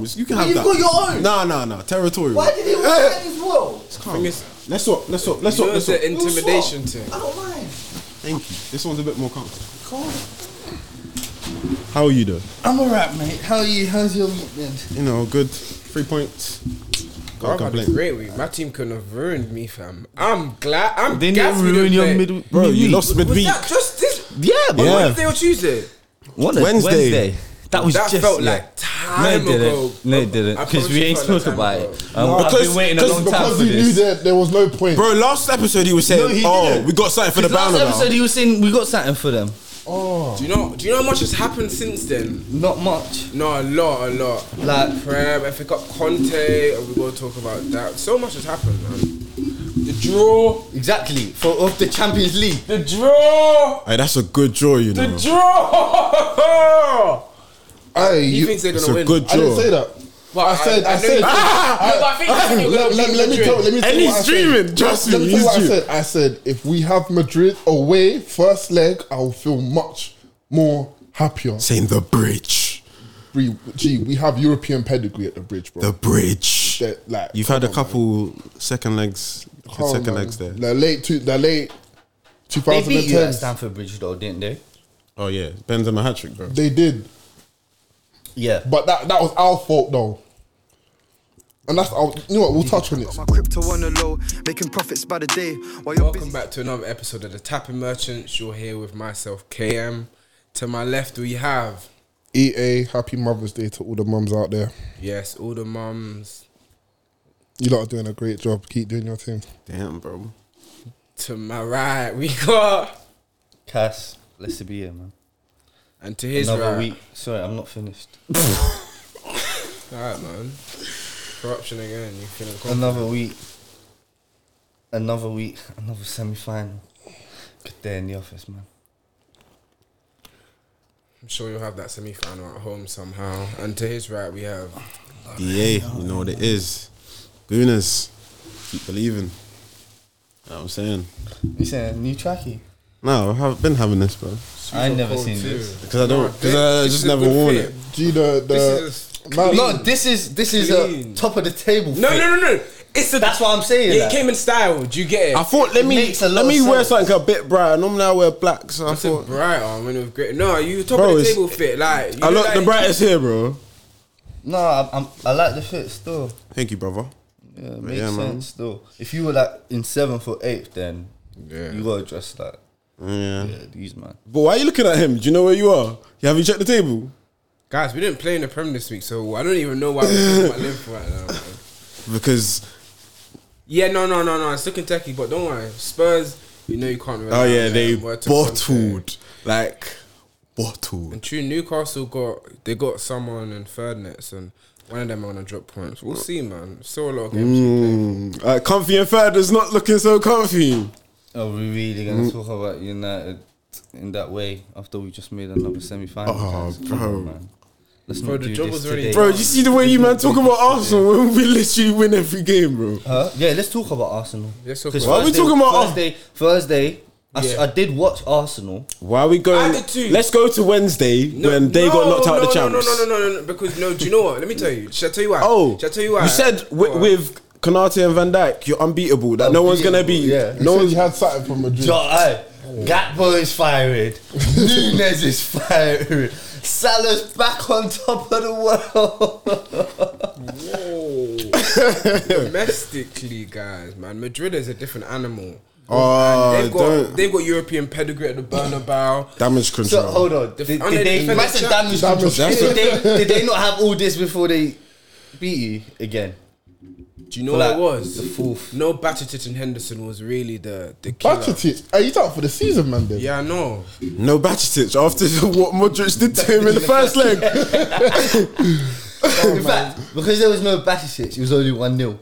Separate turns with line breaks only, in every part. You can have
You've
that.
got your own.
Nah, nah, nah. Territorial.
Why did he want
Eh,
that as well?
thing is,
Let's swap. Let's swap. Let's
you
swap.
know,
Let's swap.
it's the intimidation thing.
I don't mind.
Thank you. This one's a bit more comfortable.
Come on.
How are you though?
I'm alright, mate. How are you? How's your week been?
You know, good. Three points. Can't
I've had a
complain.
great week. My team couldn't have ruined me, fam. I'm glad. I'm
Didn't
gassed
it
we
ruin
didn't
your
play.
mid?
Bro, you
midweek?
lost
Was
midweek.
that just this?
Yeah, but
Yeah.
Wednesday or Tuesday?
What a
Wednesday.
Wednesday. That was
That
just
felt
yeah.
like time
No, it
ago.
didn't. No, it didn't.
I
Because
promise you
we
it
ain't
felt
spoke
like
about
time ago.
it. Um, I've
because-
been waiting a
because-
long time
Because
for
he knew
this.
that there was no point.
Bro, last episode he was saying,
he
"Oh,
didn't.
we got something for the
last
banner." now."
episode, he was saying we got something for them.
Do you know? Do you know how much has happened since then?
Not much.
No, a lot, a lot.
Like-
Prem, if we got Conte, and we gonna talk about that. So much has happened, man. The draw,
Exactly. For of the Champions League.
the draw,
Hey, that's a good draw, you
the
know.
draw.
Hey,
He
you,
thinks they're
It's
gonna
a
win.
good
I didn't say
draw.
that. I said, I,
know
said. Ah!
you- No, but I think I think
let, let, let me
Madrid.
tell, let me tell
And
you
he's
what I said.
dreaming, trust
Let
me,
me tell you
he's
what I
dreaming.
said. I said if we have Madrid away first leg, I will feel much more happier.
Saying the bridge,
We- Gee, we have European pedigree at the bridge, bro.
the bridge.
That, like,
You've had a couple second legs, second legs there.
The Oh, late, two, the late
They beat you at
2010s.
Stamford Bridge, though, didn't they?
Oh yeah, Benzema hat trick, bro.
They did,
Yeah.
but that that was our fault though. And that's our. You know what? We'll touch on it.
My crypto on the low, making profits by the day. While you're
Welcome
busy
back to another episode of the Tapping Merchants. You're here with myself, KM. To my left, we have
EA, E happy Mother's Day to all the mums out there.
yes, all the mums.
You lot are doing a great job. Keep doing your thing.
Damn, bro.
To my right, we got
Cass, blessed to be here, man.
and to his
Another
right,
week. Sorry, I'm not finished.
Alright, man. Corruption again. You feeling confident?
Another week. Another week. Another semi final. Good day in the office, man.
I'm sure you'll have that semi-final at home somehow. And to his right, we have
DA, you know what it is. Gooners, keep believing. Know what I'm saying.
You saying a new trackie?
No, I've been having this, bro.
I ain't
Super
never
Cold
seen
too.
this.
Because I don't.
This-
Because I
this
just
is a
never
good
worn
fit.
it.
Gee, the
This
the man,
No, this is this is
Clean.
a top of the table.
No,
fit.
no, no, no. It's the.
That's what I'm saying.
Yeah,
like.
it came in style. Do you get it?
I thought let
It
me
makes a lot
let me
of
wear
sense.
something a bit brighter. Normally I wear black, so I
That's a
thought
bright arm and it was great. No, you top
Bro,
of the
it's-
table fit. Like you
I
look
look the
like-
brightest here, bro.
No, I'm, I'm, I like the fit still.
Thank you, brother.
Yeah, it makes
yeah,
sense
man.
still. If you were like in seventh or eighth, then you gotta dress like
Yeah.
yeah, these man.
But why are you looking at him? Do you know where you are? You haven't checked the table
Guys, we didn't play in the Prem this week, so I don't even know why we're talking about Liverpool right now. man.
because
Yeah, no, no, no, no. It's looking techie, but don't worry. Spurs, you know you can't. Rely
oh
on
yeah,
them.
they
Word to Conte.
bottled like bottled.
And true, Newcastle got they got someone in third nets, and one of them on a drop points. We'll see, man. Still a lot of games.
Mm, uh, comfy and third is not looking so comfy.
Are we really gonna
Mm.
talk about United in that way after we just made another semi final?
Oh, bro.
Let's
Bro,
not
the
do
job
this
was already
today.
Bro, you see the way you man talk about Arsenal when we literally win every game, bro.
Huh? Yeah, let's talk about Arsenal.
Let's talk
'Cause
about-
Why are we
Thursday-
talking about Ar-
Thursday? Thursday, I, s-
Yeah.
I did watch Arsenal.
Why are we
I
going?
did too.
Let's go to Wednesday when they got knocked out
no,
of the champs.
No, no, no, no, no, no, because no. Do you know what? Let me tell you. Shall I tell you why?
Oh,
shall I tell you why?
You said
Go
with,
on.
with Konate and Van Dyke, you're unbeatable. That no one's gonna beat. you.
Unbeatable,
no
No
said
one's.
you had something from Madrid.
Yo, aye. Gakpo is fired. Nunes is fired. Salah's back on top of the world.
domestically, guys, man, Madrid is a different animal.
Oh,
And they've got
don't-
they've got European pedigree at the Bernabeu.
Damage
so
control.
hold on. Did, did
And they
they,
defend
that's
oh, the
a damage
champ-
control.
Damage
Did they, did they not have all this before they beat you again?
Do you know
For
what
like
it was?
the fourth.
No, Batatic and Henderson was really the the killer.
Bacitic, are you out for the season, man? Then
Yeah, I know.
No Bacitic after what Modric did to him in the first leg.
Oh,
In fact, because there was no Batisic, it was only 1 0.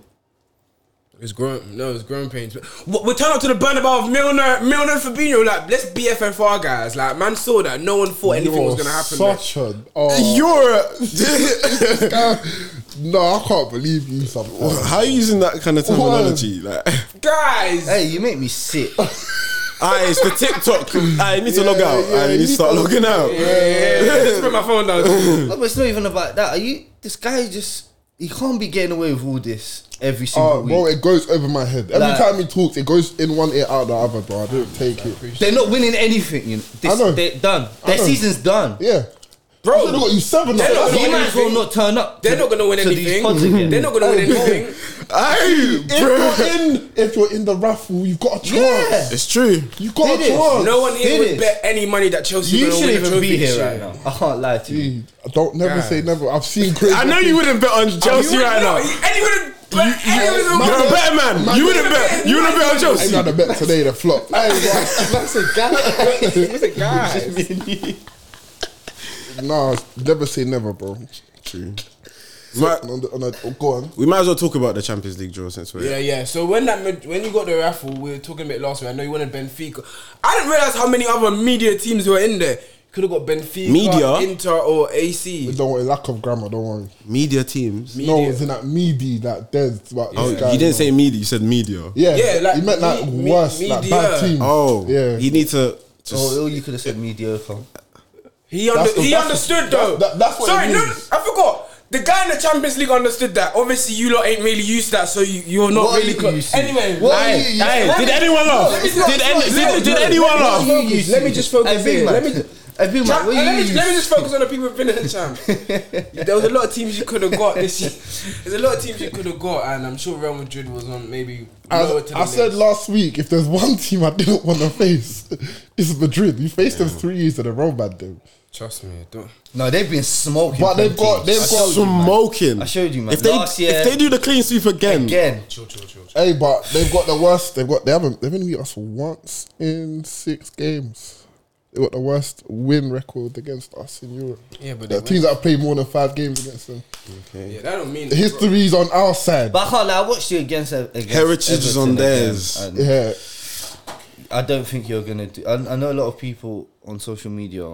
It's growing. No, it's growing pains. But we turn up to the Bernabeu of Milner, Milner, and Fabinho. Like, let's BFFR, guys. Like, man saw that. No one thought anything was gonna happen. there.
Such a oh,
You're.
no, I can't believe you. Sometimes.
How are you using that kind of terminology? Like,
guys.
Hey, you make me sick.
Aye, Ah, it's the TikTok. Aye, you need to
Yeah,
log out.
yeah,
Aye, you need to start logging out.
Yeah, just put my phone down.
Oh, but it's not even about that. Are you? This guy just he can't be getting away with all this every single
Uh,
week.
bro, it goes over my head. Every
Like-
time he talks, it goes in one ear, out the other, bro. I don't take it.
They're not winning anything. You know, this,
I know.
they're done. Their
know.
season's done.
Yeah.
Bro,
I said I got you seven.
they're not
That's
gonna
He
what-
win
might as well
anything.
not turn up.
They're
to-
not gonna win
to these
anything.
pods again.
They're not gonna win anything.
Aye,
If you're in, if you're in the raffle, you've got a chance.
Yeah.
It's true.
You got
It
a
is.
chance.
No one here
It
would
is.
bet any money that Chelsea.
You
gonna win the
shouldn't even
trophy
be
this
here
year.
right now. Oh, I can't lie to you.
I Don't never
Guys.
say never. I've seen crazy.
I know you wouldn't bet on Chelsea
You
right now.
wouldn't- no, Anyone, but anyone.
You're a better man. You wouldn't bet. You wouldn't bet on
I ain't
Chelsea.
had a bet today. The flop. I ain't
That's a guy.
Who's the guy?
got- nah, never say never, bro. True. on the, on the, oh, go on.
We might as well talk about the Champions League draw since we're.
Yeah, yeah. So when that mid- when you got the raffle, we were talking about last week. I know you wanted Benfica. I didn't realize how many other media teams were in there. Could have got Benfica,
Media?
Inter, or
You
AC.
Don't worry. Lack of grammar. Don't worry.
Media teams.
No,
Media.
it's in that meaty that Des. Like,
Oh,
this guy,
you didn't say media. You said media.
Yeah,
Yeah, like,
he meant like
me- me-
worse, like bad
media.
team.
Oh,
yeah.
You need to. Just,
Oh, you could have said mediocre.
He under,
That's the-
he
that's the-
understood
that's-
though.
that- that's what it
Sorry, no, no,
means.
I forgot. The guy in the Champions League understood that. Obviously, you lot ain't really used to that, so you, you're not
What are
really.
you
clo-
used to?
anyway,
What
like-
are you used to?
Hey, did anyone laugh? Did any- did- did anyone laugh?
What are you used
Let
to?
me just focus
Hey, Big
here.
Mac.
Let me-
Hey, Big Mac,
Champ-
what are
let,
you
me,
used
let me
to?
just focus on the people who've been in the champ. there was a lot of teams you could have got this year. There's a lot of teams you could have got, and I'm sure Real Madrid was on maybe
As
lower to the
I said
list.
last week, if there's one team I didn't want to face, it's Madrid. You faced them three years in a row, man. Dude.
Trust me, don't.
No, they've been smoking.
But they've
plenty.
got, they've got
smoking.
I showed you, man.
If they
Last year-
if they do the clean sweep again,
again.
Chill, chill, chill. chill.
Hey, but they've got the worst. They've got they haven't they've only beat us once in six games. They got the worst win record against us in Europe.
Yeah, but
The
they
teams that have played more than five games against them.
Yeah, that don't mean
The history's on our side.
But I can't lie, I watched you against, uh, against
Heritage is on
Everton again,
theirs.
and
Yeah,
I don't think you're gonna do. I, I know a lot of people on social media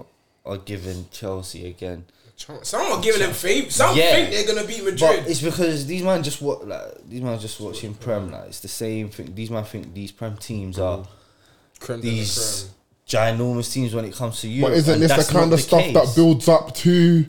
are giving Chelsea again,
Some are giving them fame. Some
Yeah.
think they're gonna beat
but
Madrid.
it's because these man just what like these man just watching prem. Like it's the same thing. These man think these prem teams are
Creme de la
these
creme.
ginormous teams when it comes to Europe.
but isn't
and
this
that's
the kind
not
of stuff
case.
that builds up to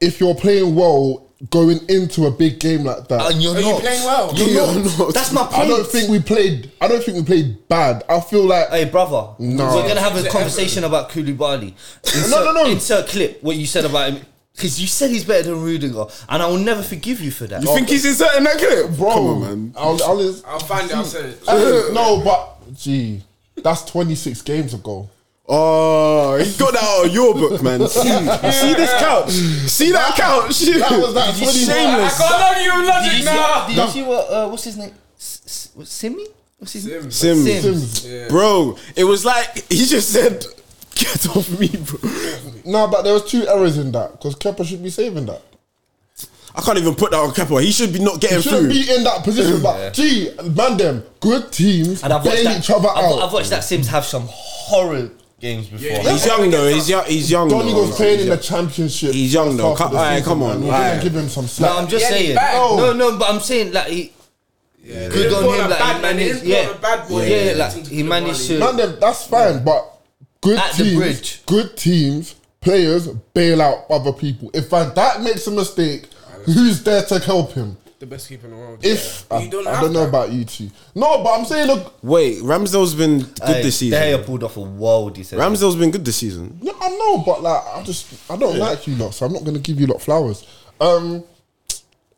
if you're playing well going into a big game like that?
And you're
Are you
not.
playing well?
You're not.
That's my
I don't
point.
think we played. I don't think we played bad. I feel like
Hey brother,
No.
we're gonna have
Is
a
it
conversation about Koulibaly. Insert,
no, no.
Insert clip what you said about him because you said he's better than Rudiger, and I will never forgive you for that.
you think he's inserting that clip,
bro,
Come on, man.
I'll, I'll,
I'll find it. I'll send it.
Hey, no, but gee, that's 26 games ago.
Oh, he got that out of your book, man. See, see this couch. See that couch.
That was that 20.
I
Shameless.
can't love you,
Did
logic
you see,
now.
did you see what? Uh, what's his name? S- S- what, Simi? What's his name?
Sims.
Sims.
Bro, it was like he just said, "Get off me, bro."
No, but there was two errors in that because Kepa should be saving that.
I can't even put that on Kepa. He should be not getting
He
through.
shouldn't be in that position. But gee, man, them good teams
And I've watched
bail
that.
each other
I've,
out.
I've watched that Sims have some horrid games before.
Yeah,
He's young though. He's young. He's young.
Donny
though.
was playing in the championship.
He's young though.
first half of the
Come- alright,
season,
come on,
man. We're gonna
alright.
give him some slack.
No, I'm just
Yeah, he's
saying.
back.
No, no, but I'm saying like he good
He's
on
born
him.
a
Like
bad
he
man,
managed,
he's born
yeah,
a bad boy.
yeah,
Yeah.
like he managed to.
Man, them, that's fine, but good
At the
teams,
bridge.
good teams, players bail out other people. If Van Dijk makes a mistake, who's there to help him?
The best keeper in the world.
If
Yeah.
I,
you don't,
I
have
don't know
that.
about you two, no, but I'm saying look,
Wait, Ramsdale's been good
Hey,
this
De
season.
Gea pulled off a world. He said.
Ramsdale's been good this season.
no, I know, but like I just I don't like you lot, so I'm not gonna give you lot flowers. Um,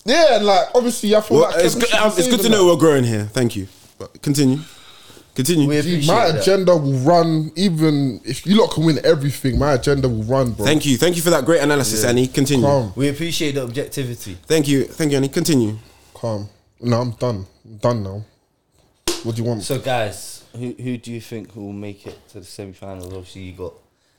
yeah, like obviously I feel
Well,
like
it's, good, um, it's good to know we're growing here. Thank you. But continue. Continue.
we
Dude,
appreciate
my
that.
agenda will run even if you lot can win everything. My agenda will run, bro.
Thank you. Thank you for that great analysis, Annie. Continue.
Calm,
We appreciate the objectivity.
Thank you. Thank you, Annie. Continue.
calm. No, I'm done. I'm done now. What do you want?
So, guys, who who do you think will make it to the semi-finals? Obviously, you got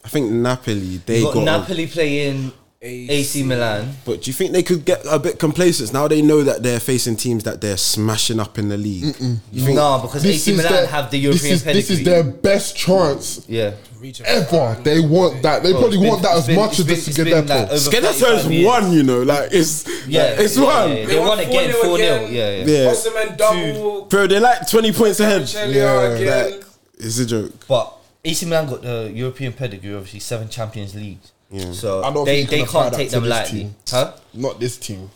I think Napoli, they
you
got,
got
a-
Napoli playing
AC.
AC Milan.
But do you think they could get a bit complacent now they know that they're facing teams that they're smashing up in the league?
No, because AC Milan
their-
have the
this
European
is,
pedigree.
this is their best chance
yeah.
Reach a-
ever. They want that. They
Bro,
probably
it's been-
want that
it's
as
been-
much
it's
as
been-
this
it's
to
been
get
like
that
over
Skeletor's
35 years.
won, you know, like it's
Yeah,
it's
yeah,
one.
yeah, yeah. They won again, 4-0, yeah, yeah.
Yeah.
Osimhen double.
Bro, they're like twenty points ahead.
Celia again.
Like, It's a joke.
But AC Milan got the European pedigree, obviously seven Champions League.
Yeah.
So
I don't
they,
think you
they
can apply
can't
that
take
to
them
this
lightly,
team.
huh?
Not this team.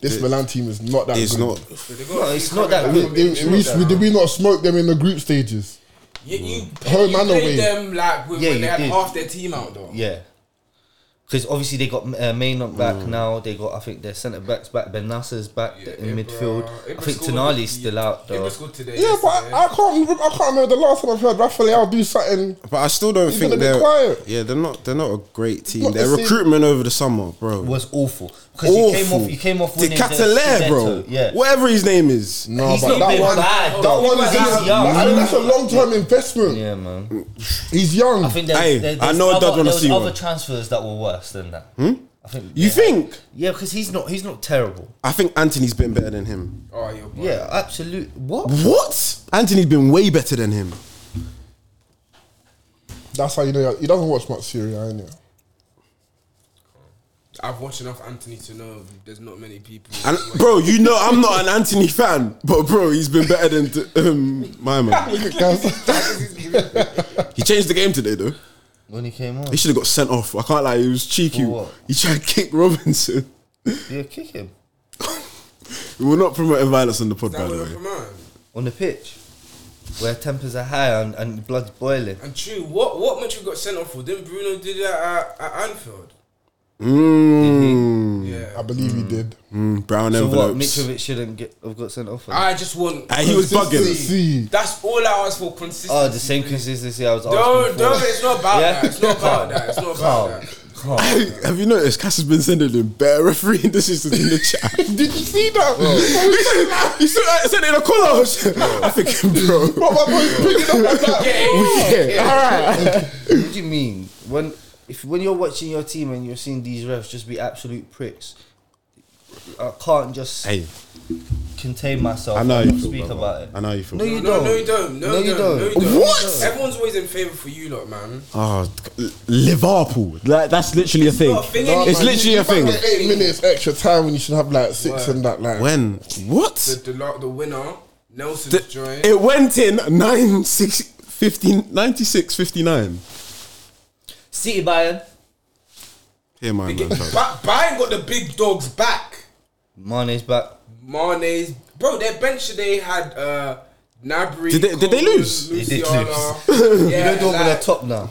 This
It-
Milan team is not that.
It's
good.
not.
No, it's not that
We,
good.
we- we- did we not smoke them in the group stages?
You, you,
Home
you
and
played
away.
them like with,
Yeah,
when they
you
had
did.
half their team out though.
Yeah. Because obviously they got uh, Maynard back now. They got I think their centre backs back. Ben Nasser's back
Yeah,
in
Ibra-
midfield. I
Ibra
think
scored-
Tonali's still out
Ibra
though.
scored today.
Yeah, but
yesterday.
I, I can't. Remember, I can't remember the last time I've heard Raphael do something.
But I still don't
He's
think
gonna be
they're
quiet.
yeah they're not they're not a great team.
Not
Their
the same-
recruitment over the summer, bro,
Was awful because you came off. You came off
to
winning the
Catalan, bro.
Scudetto, Yeah.
Whatever his name is,
No,
He's not
but that
been
one,
bad,
that
though.
one is.
He's
in-
young.
I think that's a long-term investment.
Yeah, man.
He's young.
I think there's,
Hey,
there-
I
there's
know I
other,
don't wanna
there was
see
other
one.
transfers that were worse than that. Hmm? I think
you
yeah.
think?
Yeah, because he's not. He's not terrible.
I think Anthony's been better than him.
Oh, you're boy.
Yeah, absolute. What?
What? Anthony's been way better than him.
That's how you know he doesn't watch much Syria, innit?
I've watched enough Anthony to know there's not many people.
And bro, you know I'm not an Anthony fan, but bro, he's been better than t- um, my man. He changed the game today though.
When he came on,
He should have got sent off. I can't lie, he was cheeky.
For what?
He tried to kick Robinson.
yeah, kick him
We We're not promoting violence on the pod, by
that
the
was
way.
a man.
on the pitch, where tempers are high and, and blood's boiling.
And true, what what match we got sent off for? Didn't Bruno do that at, at Anfield?
Mm,
I
Yeah.
believe he did.
mm, brown
So what?
envelopes.
Mitrovic shouldn't get have got sent off. for that?
I just want.
And Ah, he was bugging.
See,
That's all I asked for consistency.
Oh, the same consistency I was asking
No,
for.
no, it's not about
Yeah.
that. It's not about that. It's not about
Calm,
that.
calm.
Have you noticed Cass has been sending him better refereeing decisions in the chat?
did you see that?
he said, I said it in a call out. I think, bro.
Bro, my boy's picking up on that.
Yeah,
What do you mean when if when you're watching your team and you're seeing these refs just be absolute pricks? I can't just
Hey,
contain myself.
I know how
and
you
not
feel.
speak
brother.
about it.
I know how you feel.
No, you
No,
don't.
no, you don't. No, you don't. No, you don't.
What?
Everyone's always in favour for you lot, man.
Oh, Liverpool. Like, that's literally a thing.
not a thing anymore.
it's literally a
Like
thing.
eight minutes extra time when you should have like six
Word.
and that. Like,
When?
The
What?
the, la- the winner, Nelson's
The-
joined.
it went in 9, 6, 15, 96, 59.
City Bayern,
Here, my man. child.
Ba- Bayern got the big dogs back.
Mane's back.
Mane's bro, their bench today had uh Nabry.
Did they- did they lose?
Luciano.
They did
yeah,
They're doing
like,
the top now.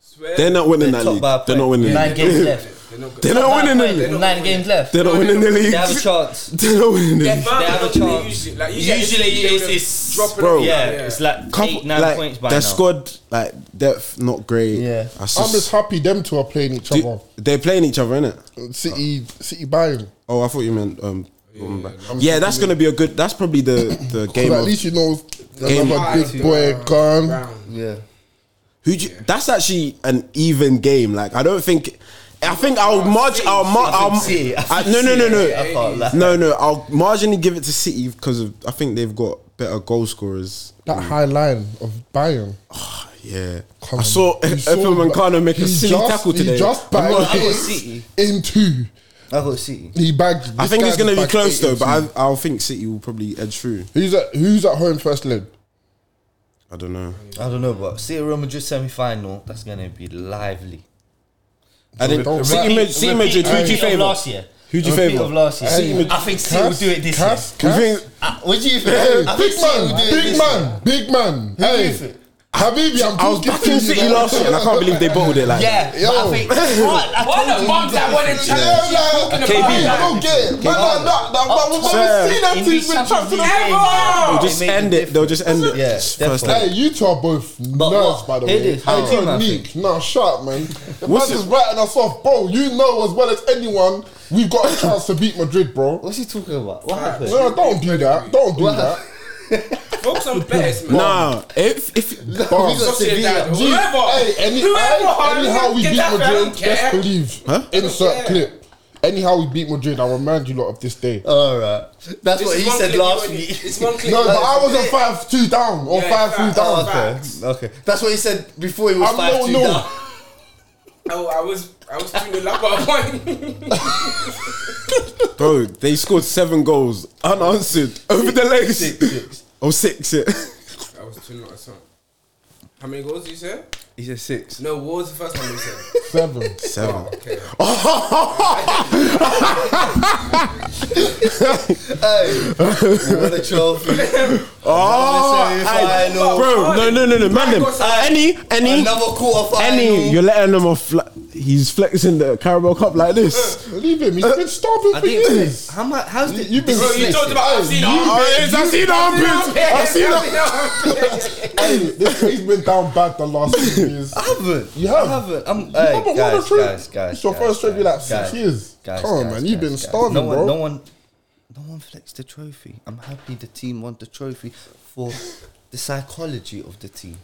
swear-
They're not winning
They're
that
top
league.
by a
They're not
point.
winning
Nine
that
games
league.
left.
They're not good.
They're not
Nine
winning the
points,
league.
Nine games left.
They're not winning the
They
league.
have a chance.
They're not winning the
They're
league.
fine,
They have
but
a chance.
Usually, like,
Usually
they
it's-
would
it's-
drop it
Bro.
up,
Yeah, it's like
Couple-
eight, nine
like,
points by
their
now.
squad, like depth, not great.
Yeah.
I s-
I'm just happy them two are playing each
do-
other.
they're playing each other, innit?
City, City Bayern.
Oh, I thought you meant um. Yeah,
I'm
yeah that's gonna be a good. That's probably the the game.
But at
Of,
least you know
Game
another
Five
big boy
round-
gone.
round.
Yeah.
who? do you- That's actually an even game. Like I don't think. I think I'll march. I'll mar-
I
I'll,
think City. I
I-
think
no, no, no,
City. I
no,
can't lie.
no, no. I'll marginally give it to City because of, I think they've got better goal scorers.
That high line of Bayern.
Yeah,
Come
I
on.
saw
You
Efim Mankano make a
he
silly
just-
tackle
he
today.
just
I'm not-
bagged
I got
it
City.
in two.
I got City.
He bagged.
I
this
think
guy
it's gonna
just
be
bagged
close
eight
though,
in
but
two.
I, I'll think City will probably edge through.
who's at who's at home first leg?
I don't know.
I don't know, but City Real Madrid semi final. That's gonna be lively.
I
don't
didn't. City,
repeat-
Mad- City Madrid. Who do you
repeat of
favour?
Last year.
Who do you
A repeat
favour? Uh,
Of last year.
City Madrid-
I think City will do it this
Cass,
You
Cass,
think?
year. Uh, what do you think?
Hey,
I think
big
City will do
man,
it
big
this year.
man, big man.
is
Hey,
it?
Habibi, I'm
I was
talking
back
to
in
you,
City
man.
last year, and I can't believe they bottled it like
Yeah,
that.
Yo.
but I think what, I
What
told
the
you
bums that
guys.
won the
Yeah,
Champions
like,
League?
I don't get it. Man, that, that, that, that, we've never seen that
In
team
these
been trapped
Champions
in the
League
Ever!
games,
They'll
it
just
made
end
a
it. They'll just end it.
Yeah,
First
definitely.
leg.
Hey, you two are both nerds,
what?
by the
It
way.
is. How do you man
unique. Nah, shut up, man. The
What's
man is
it-
writing us off, bro. You know as well as anyone, we've got a chance to beat Madrid, bro.
What's he talking about? What happened?
No, don't do that. Don't do that.
Focus on Betis, man.
Nah, if if
Bars.
Sociedad,
Sevilla.
Gee,
Whoever.
Hey, any,
Whoever,
hey,
Harlan,
anyhow we
get
beat
that fella, I don't
Madrid,
care.
best believe.
Huh?
Insert
care.
clip. Anyhow we beat Madrid, I remind you lot of this day.
All right, that's
This
what
is
he
one
said
clip you
last
already-
week.
It's one clip.
no, but
uh,
That's
I wasn't
it.
five two down or
Yeah,
five
facts.
three down.
Oh, okay,
Facts.
okay. That's what he said before he was
I'm
five
no
two
no.
down.
Oh, I was, I was doing the lap at one.
bro, they scored seven goals unanswered over the legs. Oh six, yeah.
I was doing that song. How many goals did you say?
He said six.
No, what was the first one you said?
Seven.
Seven.
Okay.
Won a trophy.
Oh, aye.
Semi-final.
Oh,
bro, no, no, no, no, man, them.
Aye.
any, any,
Another quarter final.
any. You're letting them off. Like, he's flexing the Carabao Cup like this.
Leave him. He's been starving for years.
How much? How's the?
You've been.
Bro, you talked about I've seen
Oh, yes, I've seen armpits. I've seen
This he's been down bad the last few years.
I haven't.
You have.
I haven't. I'm.
You
Hey,
haven't won a
guys,
trophy.
guys, guys.
It's your
guys,
first trophy
guys,
like six
guys,
years.
Guys,
Come on,
guys,
man, you've been
guys, guys.
starving,
no one,
bro.
No one, no one flexed the trophy. I'm happy the team won the trophy for the psychology of the team,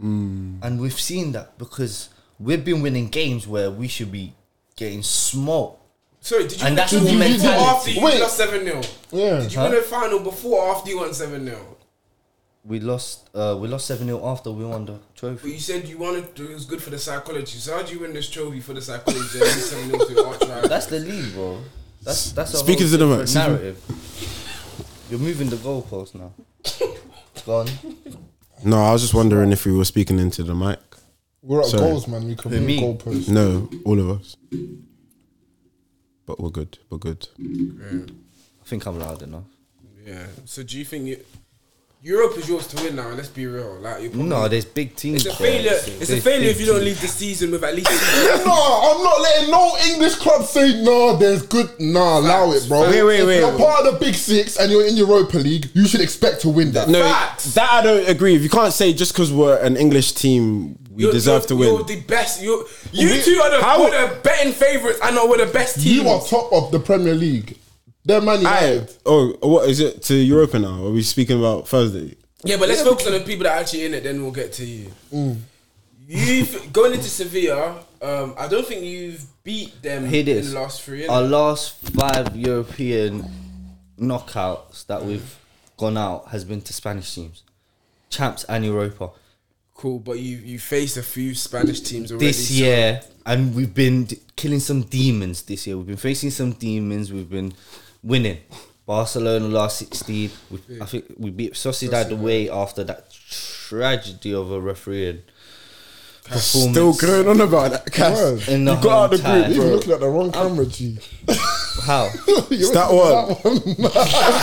Hmm.
and we've seen that because we've been winning games where we should be getting smoked.
Sorry, did you
And
win
that's
the
what
final
mentality.
before or after you
Wait.
lost 7 0?
Yeah.
Did you win the final before or after you won 7 0?
We lost. Uh, we lost seven 0 after we won the trophy.
But you said you wanted it was good for the psychology. So how do you win this trophy for the psychology? and 7 0 to arch rival?
That's the lead, bro. That's that's a
Speak
whole
into the mic,
different
speak-
narrative. You're moving the goalpost now. Gone.
No, I was just wondering if we were speaking into the mic.
We're at
Sorry.
goals, man. We can
me?
move goalposts.
No, all of us. But we're good. We're good.
I think I'm loud enough.
Yeah. So do you think you, Europe is yours to win now? Let's be real. Like you're probably,
No, there's big teams.
it's a
bro.
failure. It's a
There's
failure
big
if you don't
teams.
leave the season with at least.
No, I'm not letting no English club say no. There's good. Nah, allow it, bro.
Wait, wait,
If
wait.
You're part of the big six, and you're in Europa League. You should expect to win that.
No,
Facts.
that I don't agree with. You can't say just because we're an English team, we
You're-
deserve
you're-
to win.
You're the best. You you
We-
two are the,
How-
were the betting favorites. I know we're the best team.
You are top of the Premier League. They're Man
I,
United.
oh, what is it to Europa now? Are we speaking about Thursday?
yeah, but let's focus on the people that are actually in it. Then we'll get to you. You've going into Sevilla. Um, I don't think you've beat them
Here it
in
is.
the last three.
Our
innit?
last five European knockouts that we've gone out has been to Spanish teams, champs and Europa.
Cool, but you you faced a few Spanish teams already.
this
so-
year, and we've been d- killing some demons this year. We've been facing some demons. We've been winning. Barcelona last 16. We, I think we beat Sociedad away after that tragedy of a refereeing performance.
Still going on about that, Cass.
Word.
You
In the
got out the
home
group,
tie,
You're
bro.
looking at the wrong camera, G.
How?
It's that one.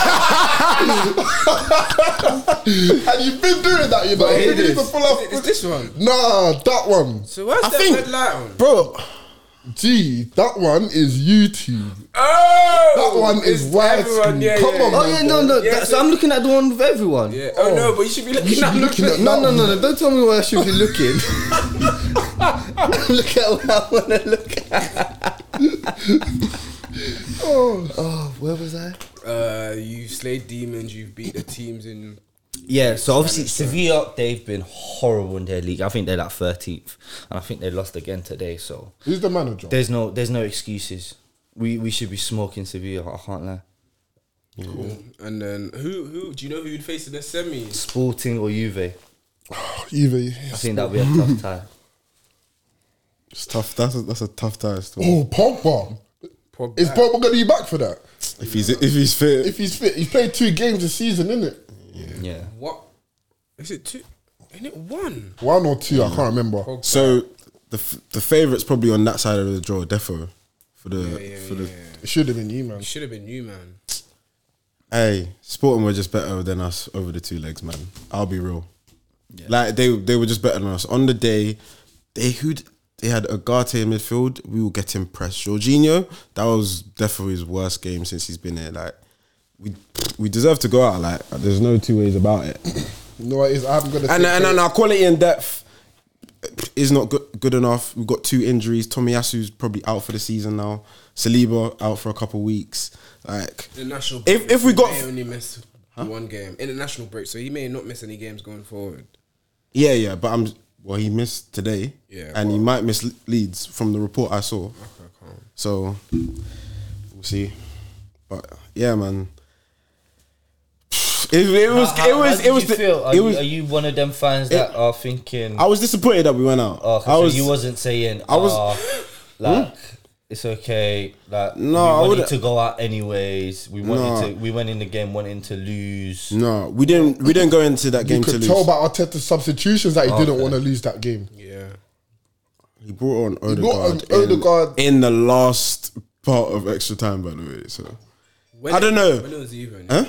and you've been doing that, you know.
But
You
it
need
is.
to pull up.
It's this one.
Nah, that one.
So where's
I
that
think-
red light on?
Bro, G, that one is YouTube.
Oh,
That one is
It's
widescreen.
everyone, Yeah,
Come
yeah,
on,
Oh,
man.
yeah, no, no.
Yeah,
that- so I'm looking at the one with everyone.
Yeah. Oh, no, but you should be looking
should
at
be looking
looking
at
No, no, no, no. Don't tell me where I should be looking. look at what I want to look at. oh, where was I?
Uh, you've slayed demons. You've beat the teams in.
Yeah, so obviously Sevilla, they've been horrible in their league. I think they're like thirteenth, and I think they lost again today. So
Who's the manager?
there's no there's no excuses. We we should be smoking Sevilla. I can't lie.
And then who who do you know who you'd face in the semis?
Sporting or Juve,
Either.
I think that'll be a tough time.
It's tough. That's a, that's a tough tie still.
Oh, Pogba.
Pogba.
Is Pogba going to be back for that?
If he's if he's fit,
If he's fit, he's played two games this season, innit?
Yeah,
What is it? Two? Isn't it one?
One or two, I can't remember.
so the f- the favourites probably on that side of the draw, defo, for the for the.
It should have been you, man.
It should have been you, man.
Hey, Sporting were just better than us over the two legs, man. I'll be real. Like they they were just better than us on the day. They who they had Agate in midfield. We were getting pressed. Jorginho, that was definitely his worst game since he's been here. Like we we deserve to go out. Like there's no two ways about it.
No, it is. I'm going to
and and, and our quality and depth is not good, good enough. We've got two injuries. Tomiyasu's probably out for the season now. Saliba out for a couple weeks. Like
International.
If-
break,
if we
he
got-
may only missed one game. International break, so he may not miss any games going forward.
Yeah, yeah, but I'm. Well, he missed today.
Yeah,
and he
well-
might miss Le- Leeds from the report I saw. So we'll see. But yeah, man. It, it was.
How-
it was.
how
it
did
was.
you
the-
feel? Are,
it
you,
was.
are you one of them fans that are thinking?
I was disappointed that we went out.
oh, okay,
I was.
so you wasn't saying.
I was-
oh, like it's okay. Like
No,
we
I
wanted
wouldn't-
to go out anyways. We wanted
No.
to. We went in the game wanting to lose.
No, we didn't. We didn't go into that game
You
to
could
lose. Oh,
tell by Arteta's substitutions that he didn't
Okay.
want to lose that game.
Yeah.
he brought on Odegaard,
brought on
in-
Odegaard.
In, the last part of extra time, by the way. So,
When
I don't know.
When it was even.
huh?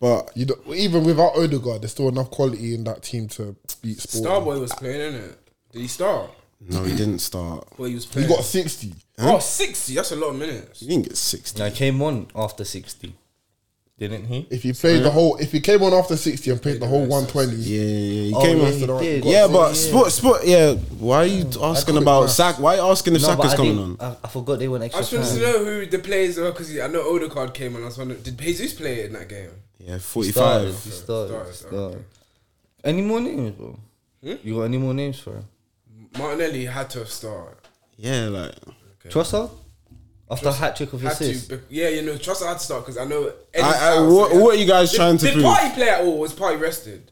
But
You don't, even without Odegaard, there's still enough quality in that team to beat Sport.
Starboy was playing, innit? Did he start?
no, he didn't start.
Well, he was playing.
You got 60.
Oh, 60. That's a lot of minutes.
He didn't get sixty.
Now he came on after sixty, didn't he?
If he played the whole, if he came on after 60 and played the whole 120,
Yeah, yeah, he
Oh,
came
yeah,
on.
he
Yeah,
did.
but sport, sport. Yeah, why are
Mm.
you asking
quick
about
maths.
Sack? Why are you asking if
No, but
Saka's
I
coming on?
didn't- I, I forgot they went
I just
extra
wanted to
time.
know who the players are because I know Odegaard came on. I was wondering, did Jesus play in that game?
Yeah,
Started,
forty-five.
he started,
Started,
he started. Any more names, bro? You got any more names for him?
Martinelli had to have started.
Yeah, like
Trossard? After a hat trick of
Had
assists.
to, be- yeah, you know, Trossard had to start because I know.
I, I, what, what are you guys trying to
did
prove?
Party play at all? Was Party rested?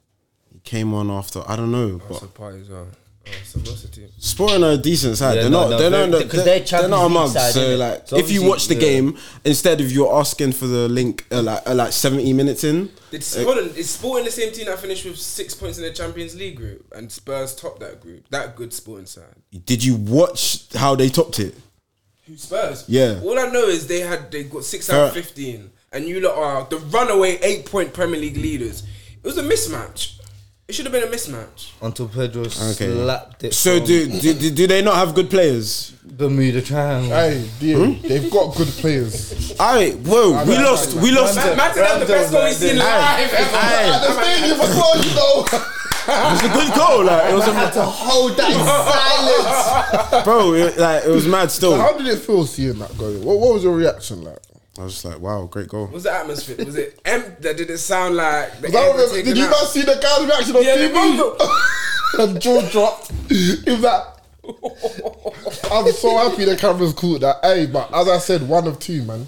He came on after I don't know, but
Party as well. Oh, so what's the team?
Sporting are a decent side.
Yeah,
they're
no,
not.
no,
they're,
they're-
not. They're,
'cause
they're,
they're Champions
not
League
amongst.
side,
so
innit?
like,
So
if you
obviously,
watch the
yeah.
game instead of you're asking for the link, uh, like uh, like seventy minutes in.
Did, hold on, is Sporting the same team that finished with six points in the Champions League group and Spurs topped that group? That good Sporting side.
Did you watch how they topped it?
Spurs.
Yeah.
All I know is they had they got six out of
Uh,
fifteen, and you lot are the runaway eight point Premier League leaders. It was a mismatch. It should have been a mismatch.
Until Pedro slapped it.
So
from
do, do do do they not have good players?
Bermuda Triangle.
Hey, dear,
Hmm?
they've got good players.
All right, whoa, we
right,
lost.
right,
We
right.
lost.
Right,
Ma-
It
Madison had the best goal we've seen live ever.
At the stadium as well, you know.
was a good goal. Like it was
Had
a
to hold that in silence.
bro. It, like it was mad. Still, I
How did it feel seeing that go? What, what was your reaction like?
was just like, wow, great goal.
What was the atmosphere? Was it empty? Did it sound like? The air
I don't
was
remember,
taken
did you
out?
not see the guy's reaction on
Yeah, they
TV? and jaw dropped. It was like, I'm so happy the cameras caught that. Hey, but as I said, one of two, man.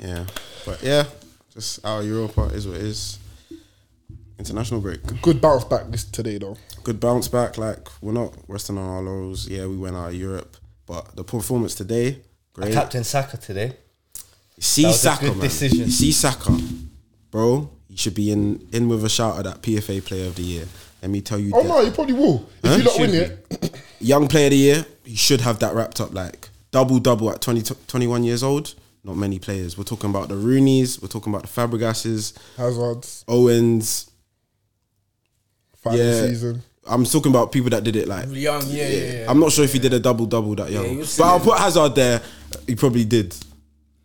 Yeah, but yeah, just our Europa is what it is. International break.
Good bounce back this today, though.
Good bounce back. Like we're not resting on our laurels. Yeah, we went out of Europe, but the performance today, great.
Captain Saka today.
See
was a
Saka,
good
man.
decision.
See Saka, bro. You should be in in with a shout of that PFA Player of the Year. Let me tell you,
Oh,
that.
no, you probably will. If you not
Should
win
be.
it,
young Player of the Year. You should have that wrapped up like double double at 20, 21 years old. Not many players. We're talking about the Rooney's. We're talking about the Fabregases,
Hazard's
Owens.
final
Yeah.
season.
I'm talking about people that did it like
Young, yeah, yeah. yeah.
I'm not sure if he did a double double that young,
he was
but I'll
singing.
put Hazard there. He probably did.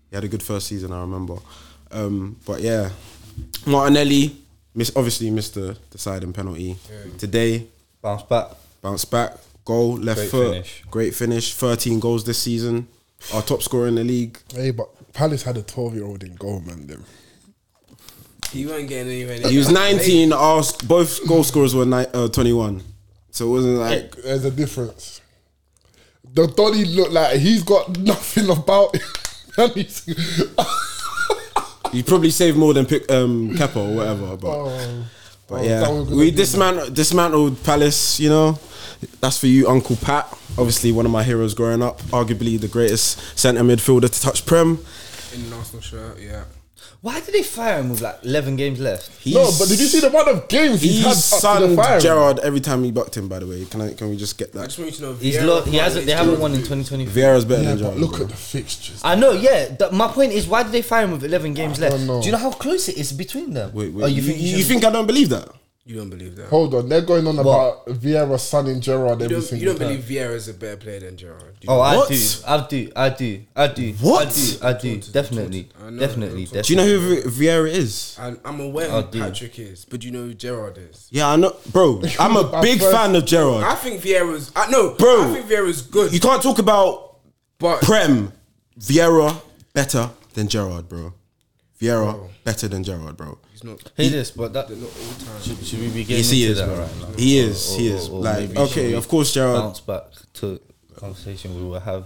He had a good first season, I remember. Um, but yeah, Martinelli miss, obviously missed the deciding penalty today.
Bounce back.
Bounced back, goal, left
Great
foot,
finish.
great finish. 13 goals this season. Our top scorer in the league.
Hey, but Palace had a 12 year old in goal, man. Them.
He wasn't getting anywhere. near
He was
that.
19. Our s- both goal scorers were ni- uh, 21, so it wasn't like
There's a difference. The Donny looked like he's got nothing about him. And he's-
he probably saved more than pick, um, Kepa or whatever. But
Oh.
But
Oh, that
yeah,
was good
we
of you.
dismantled, dismantled Palace, you know. That's for you, Uncle Pat. Obviously, one of my heroes growing up. Arguably the greatest centre midfielder to touch Prem.
in an Arsenal shirt. Yeah.
Why did they fire him with like 11 games left?
He's,
No, but did you see the amount of games he's,
He's
had up to the
sunned
fire?
Gerard every time he bucked him, by the way. Can I? Can we just get
I
that?
just want you to know.
He's
Vieira
lo- he hasn't. They
is
haven't
doing
won in
good.
2024.
Vieira's better
Yeah,
than
but
Gerard.
look at the fixtures.
I know, yeah. th- my point is, why did they fire him with 11 games left?
know.
Do you know how close it is between them?
Wait, wait.
Oh,
you,
you,
you,
think? he
you
should-
think I don't believe that?
You don't believe that.
Hold on, they're going on about Vieira, Son, and Gerard
You
every
don't,
single
you don't
time.
believe Vieira is a better player than Gerard. do you?
Oh, I
What?
do. I do. I do. I do.
What?
I do. I do. Definitely.
I know,
Definitely.
don't talk.
Do you know who Vi- Vieira is?
I, I'm aware
Oh,
who
dear.
Patrick is, but you know who Gerard is.
Yeah, I know, bro. I'm a big
first-
fan of Gerard.
I think Vieira's. I, no,
Bro.
I think Vieira's good.
You can't talk about
but
Prem, Vieira better than Gerard, bro. Vieira better than Gerard, bro.
he's not.
Hear this, but that
Not all time.
should, should we be getting
Yes, he
into
is,
that
bro.
right now?
he is. He
Or-
is.
or
Like,
maybe should
okay,
we
of course, Gerard.
Bounce back to the conversation we were having,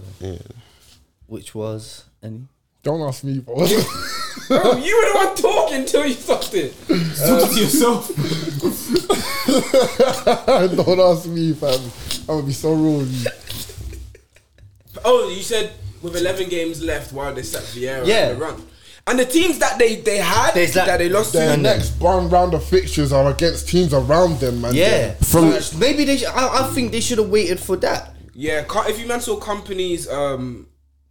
which was any.
Don't ask me, bro.
Bro, you were the one talking until you stopped it.
Talk to yourself.
Don't ask me, fam. I'm gonna be so rude.
Oh, you said with 11 games left, while they sat Vieira on
Yeah.
the run. And the teams that they, they had
There's
that,
that-
they lost
Their
to.
next barn round of fixtures are against teams around them, man.
Yeah,
From-
So maybe they. Sh- I, I think they should have waited for that
Yeah, co- if you man saw companies, um,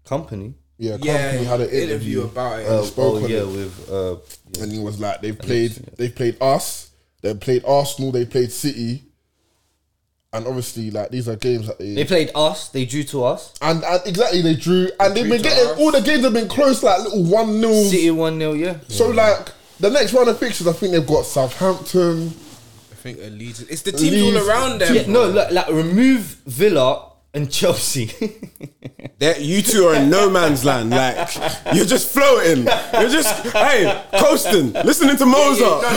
company.
Yeah,
yeah,
company had an interview,
about it.
Uh, spoke
oh
on
yeah,
it.
with uh, yeah.
and he was like, "They've played, they've played us, they played Arsenal, they played City, and obviously, like these are games that they,
they played us. They drew to us.
and, and exactly they drew, and they've been
drew to
getting
us.
all the games have been close, like little one 0
City one 0 Yeah,
So like the next round of fixtures, I think they've got Southampton.
I think a Leeds. It's the teams
Leeds.
all around them.
yeah. No, like, like remove Villa and Chelsea.
They're- you two are in no man's land. Like you're just floating. You're just hey coasting, listening to Mozart.
Yeah,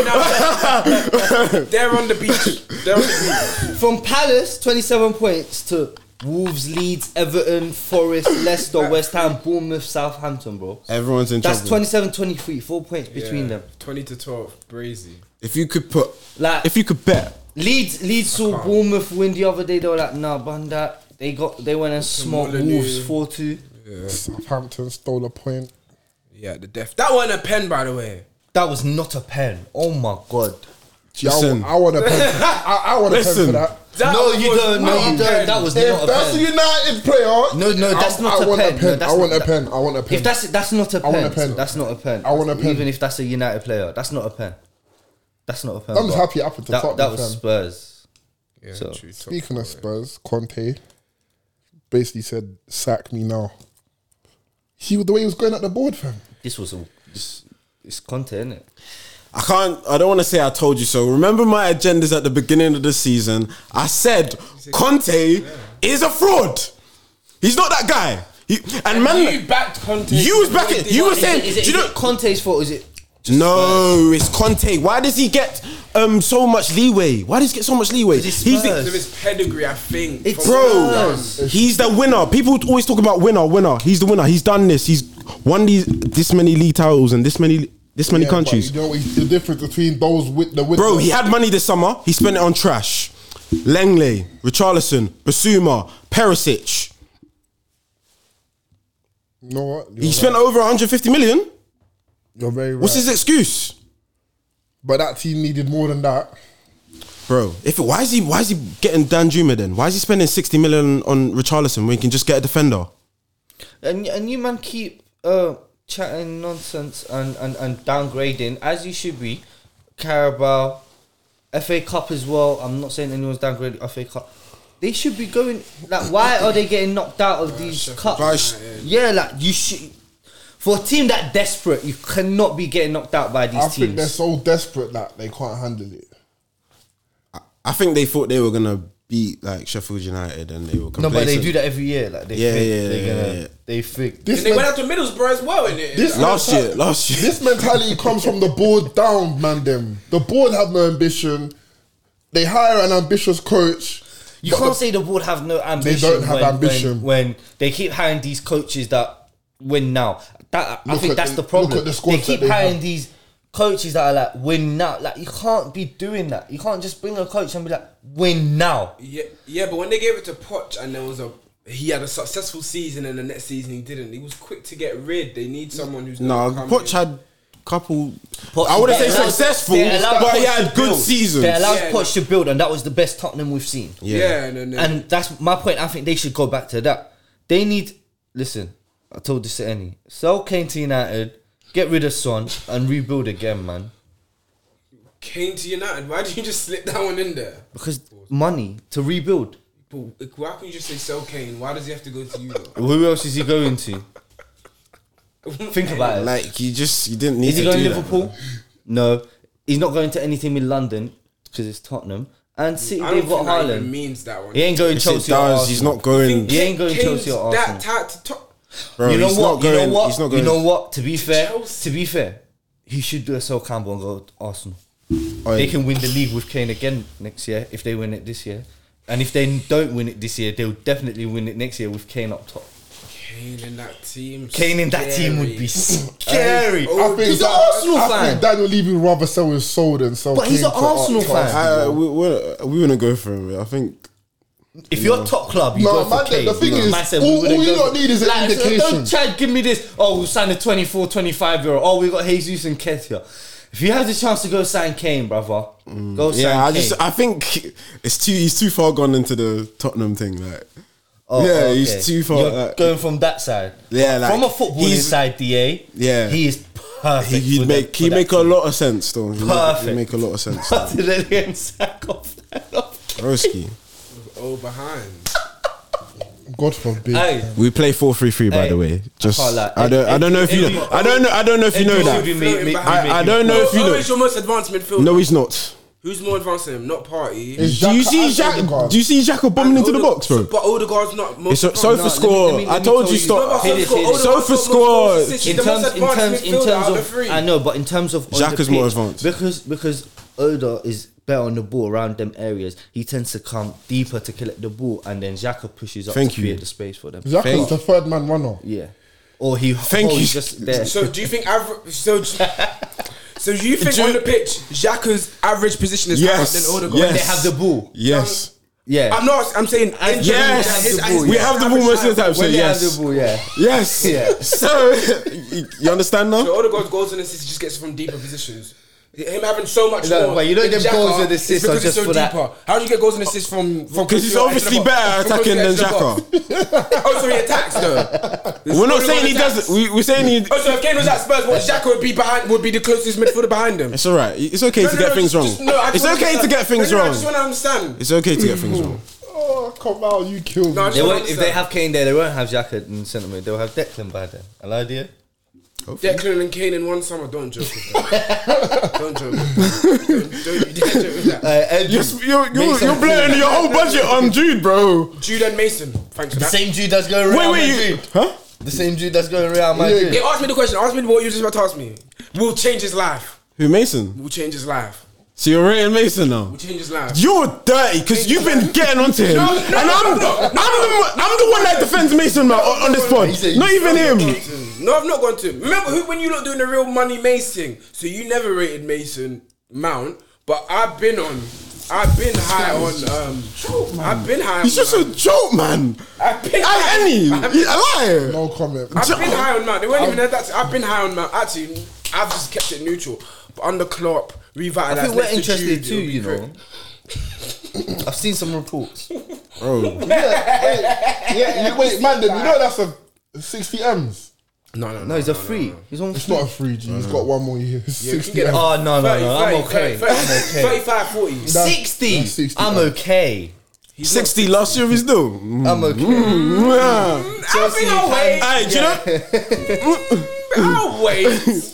yeah, no, no. They're on the beach. They're on the beach.
From Palace, 27 points to Wolves, Leeds, Everton, Forest, Leicester, West Ham, Bournemouth, Southampton, bro.
Everyone's in
That's
trouble.
27 23, four points between
Yeah,
them.
20 to 12. Brazy.
If you could put,
Like-
if you could bet,
Leeds Leeds saw Bournemouth win the other day. They were like, nah, bun that. They got they went and smoked
Molyneux.
Wolves 4 2.
Southampton stole a point.
Yeah, the death. That wasn't a pen, by the way.
That was not a pen. Oh my god.
Gee, I
Listen.
wa- I want to. I, I want to pay
Listen.
for that.
That
no, you
was
don't. No, you
not a
don't.
pen.
That was
If
not a
that's a
pen.
United player,
No, no, that's
I,
not
I
a
want
pen.
a
No,
pen.
that's
I want
not-
a pen. I want a pen.
If that's that's not a pen,
want a pen.
that's not a pen.
I want a pen.
Even if that's a United player, that's not a pen. That's not a pen.
I'm just
bro.
happy it happened to
that,
Tottenham,
That was
fam.
Spurs.
Yeah,
So-
true, top
Speaking
four,
of Spurs, Conte basically said, "Sack me now." He the way he was going at the board, fam.
This was a this, it's Conte, innit?
I can't. I don't want to say I told you so. Remember my agendas at the beginning of the season. I said Conte is a fraud. He's not that guy. He, and,
yeah.
man,
You backed Conte.
You was back it. You were
Is it-
saying,
is it,
do you
is
know?
it Conte's fault? Is it?
No, it's Conte. Why does he get um so much leeway? Why does he get so much leeway?
Because
He's
he's Spurs.
the,
Because of his pedigree, I think.
It's
from
bro.
Spurs.
Spurs.
He's the winner. People always talk about winner, winner. He's the winner. He's done this. He's won these this many league titles and this many this many
Yeah, but
countries.
You know what- the difference between those with the with
Bro, he had money this summer. He spent it on trash. Langley, Richarlison, Basuma, Perisic.
You know what? You're
He
right.
spent over 150 million.
You're very right.
What's his excuse?
But that team needed more than that.
Bro, if why is he why is he getting Dan Juma then? Why is he spending 60 million on Richarlison when he can just get a defender?
And and you man keep uh, chatting nonsense and, and and downgrading as you should be. Carabao, FA Cup as well. I'm not saying anyone's downgrading FA Cup. They should be going. Like, why are they getting knocked out of these cups? Yeah, like you should. For a team that desperate, you cannot be getting knocked out by these
I think
teams.
they're so desperate that they can't handle it.
I think they thought they were gonna beat like Sheffield United and they were
No,
complacent.
but they do that every year. Like they
Yeah,
think
yeah,
they're
yeah,
gonna
yeah.
they think
This
And they
men-
went out to Middlesbrough as well, innit?
this
last
menta-
year. Last year,
This mentality comes from the board down, man. Them the board have no ambition. They hire an ambitious coach.
you
but
can't
the-
say the board have no ambition.
don't have
when,
ambition.
when, when they keep hiring these coaches that win now. That I
Look
think
at
that's
the-
the problem.
look at the squads
they keep
that they
hiring
have.
these coaches that are like win now. Like you can't be doing that. You can't just bring a coach and be like win now.
Yeah, yeah, but when they gave it to Poch and there was a he had a successful season and the next season he didn't. He was quick to get rid. They need someone who's
no,
gonna come
Poch
in.
had couple.
Poch-
I wouldn't
they
say
allowed-
successful,
they allowed
but he
Poch
had
to
good
build.
seasons.
They allowed
Yeah,
Poch to build, and that was the best Tottenham we've seen.
Yeah.
yeah, uh, no, no.
And that's my point. I think they should go back to that. They need listen. I told this to any sell Kane to United, get rid of Son, and rebuild again, man.
Kane to United. Why did you just slip that one in there?
Because money to rebuild.
But like, why can you just say sell Kane? Why does he have to go to you? though?
Who else is he going to? Think about it.
Like you just you didn't need
Is
to
he going
do
to
that.
Liverpool? No, he's not going to any team in London because it's Tottenham and City.
I don't
They've got
think that even
Haaland.
means that one.
He ain't going
Yes, it
Chelsea. or
does. He's
Arsenal.
not going.
He ain't going
Kane's
Chelsea or Arsenal.
That tight to top.
Bro,
you know
he's
what?
Not going,
you know what?
He's not going.
You know what? To be fair,
Chelsea.
to be fair, he should do a Sol Campbell and go to Arsenal.
Oi.
They can win the league with Kane again next year if they win it this year, and if they don't win it this year, they'll definitely win it next year with Kane up top.
Kane in that team.
Kane in that team would be scary.
Oh,
I think
he's an
that-
Arsenal
I
fan.
think Daniel Levy would rather sell his soul than sell.
But he's an
Kane to Ar-
Arsenal
to
fan.
Arsenal.
Uh, we, we're, we wouldn't go for him. I think
If you're top club, you
No,
go
man,
for Kane.
the thing is,
Man said we
all, all
wouldn't
you
go
don't
for-
need is an
Like, so
indication.
Don't try to give me this. Oh, we'll sign a 24, 25 year old. Oh, we got Jesus and Ketia. If you have the chance to go sign Kane, brother, go sign
Yeah, I
Kane.
just I think it's too he's too far gone into the Tottenham thing. Like,
Oh,
yeah,
okay.
he's too far.
You're
like,
going from that side.
Yeah, like,
from a footballing
he's-
side, DA.
Yeah.
he is perfect.
he, he'd
for
make
that,
he
for
make a
that
lot of sense though. He'd make, he'd
Perfect.
make a lot of sense.
team. Martinelli and sack off.
Broski,
Oh, behind.
God forbid.
Hey,
we play four three three. By
Hey,
the way, just
can't lie.
I don't I don't know if you
Every-
know, I don't know I don't know if you know
Every-
that.
every- make-
Floating
make-
back.
I, I don't know if you
Oh,
know.
it's your most advanced midfielder.
No, he's not.
Who's more advanced than him? Not Party.
Is
Do you
Xhaka
see
and
Jack?
Odegaard?
Do you see Jack bombing into the box, bro?
But Odegaard's not most
It's so, so for
advanced.
let me-
score.
let me-
I
let me
told you
tell you.
No,
stop.
but
Hey,
so for
this-
score,
hey,
Odegaard's
this-
so for score.
got most goals this season. He's
in
the
terms,
most
in terms,
advanced
in
midfielder out
terms
of the
of,
three.
I know, but in terms of on
Xhaka's
the pitch,
more advanced.
because because Oda is better on the ball around them areas. He tends to come deeper to collect the ball, and then Xhaka pushes up
Thank
to
you.
create the space for them.
Xhaka's the third man runner.
Yeah, or he
Thank
or
you.
he's just there.
So do you think average? So do- so you think
Do you-
on the pitch, Xhaka's average position is higher
Yes.
than Odegaard?
yes.
They have the ball.
Yes.
Yeah,
I'm not. I'm saying
I-
in general,
Yes.
his-
have the ball,
we
his
have the
average
ball most of the
height.
time. So
when they have
yes.
the ball, yeah.
Yes.
Yeah.
So you- you understand now?
So Odegaard's goals and assists he just gets it from deeper positions. Him having so much
No,
more.
but you know
than
them
Xhaka
goals and
is
assists
because
are
it's
just
so
for that.
deeper. How do you get goals and assists from from?
Because he's
from-
obviously
from-
better at
from-
attacking than
from-
Xhaka.
oh, so he attacks though.
We're not
Odegaard
saying he
attacks.
doesn't. We, we're saying he.
Oh, so if Kane was at Spurs, what Xhaka would be behind would be the closest midfielder behind him.
It's all right. It's okay to get things wrong.
just- no, I
it's
just
okay to
understand.
get things
No, no, I
wrong.
just want to understand.
It's okay to get things wrong.
Oh, come out, you killed
No, I
me.
just
They
wanna
won't, if they
understand.
have Kane there, they won't have Xhaka in centre mid. They'll have Declan by then. An idea?
Declan and Kane in one summer. Don't joke with that. don't joke with that. Don't, don't, don't joke with
Uh,
that.
You're,
Yes.
sp- you're, you're,
Mason.
you're blowing your whole budget on Jude, bro.
um, Jude and Mason. Thanks for
The
that.
same Jude that's going
Wait,
Real
wait,
Madrid.
you. Huh?
The same Jude that's going Real Madrid.
Hey, ask me the question. Ask me what you just about to ask me. We'll change his life.
Who, Mason?
We'll change his life.
So you're rating Mason now?
We'll change his life.
You're dirty because you've been getting onto him.
No, no,
and I'm,
no, no.
I'm, the, I'm the one that defends Mason Mount on, on this pod. Not even him.
No, I've not gone to him. Remember who when you lot doing the real money Mason? So you never rated Mason Mount, but I've been on. I've been high on. Um, I've been high.
He's
on
just a joke, man.
I've been
I, any,
I've
he's a liar.
No comment.
I've been
Jo-
high on Mount. They weren't even at that. I've been high on Mount. Actually, I've just kept it neutral. But under Klopp, revitalized.
I think we're
next to
interested
Jude,
too,
it'll be
you
great.
know. I've seen some reports.
Oh.
Yeah, you, wait, man, then you know that's a 60 M's.
No, no,
No, he's a free. He's on
It's
free.
not a 3G, he's got one more year.
you
60
can get a-
M's.
Oh no, no, no!
30,
I'm
30,
okay.
30,
I'm okay.
35, 40.
That's-
Sixty.
that's 60,
I'm
man.
okay.
60 last year of his deal. Mm.
I'm okay.
Yeah.
I think I'll wait.
Hey, do you know?
I'll wait.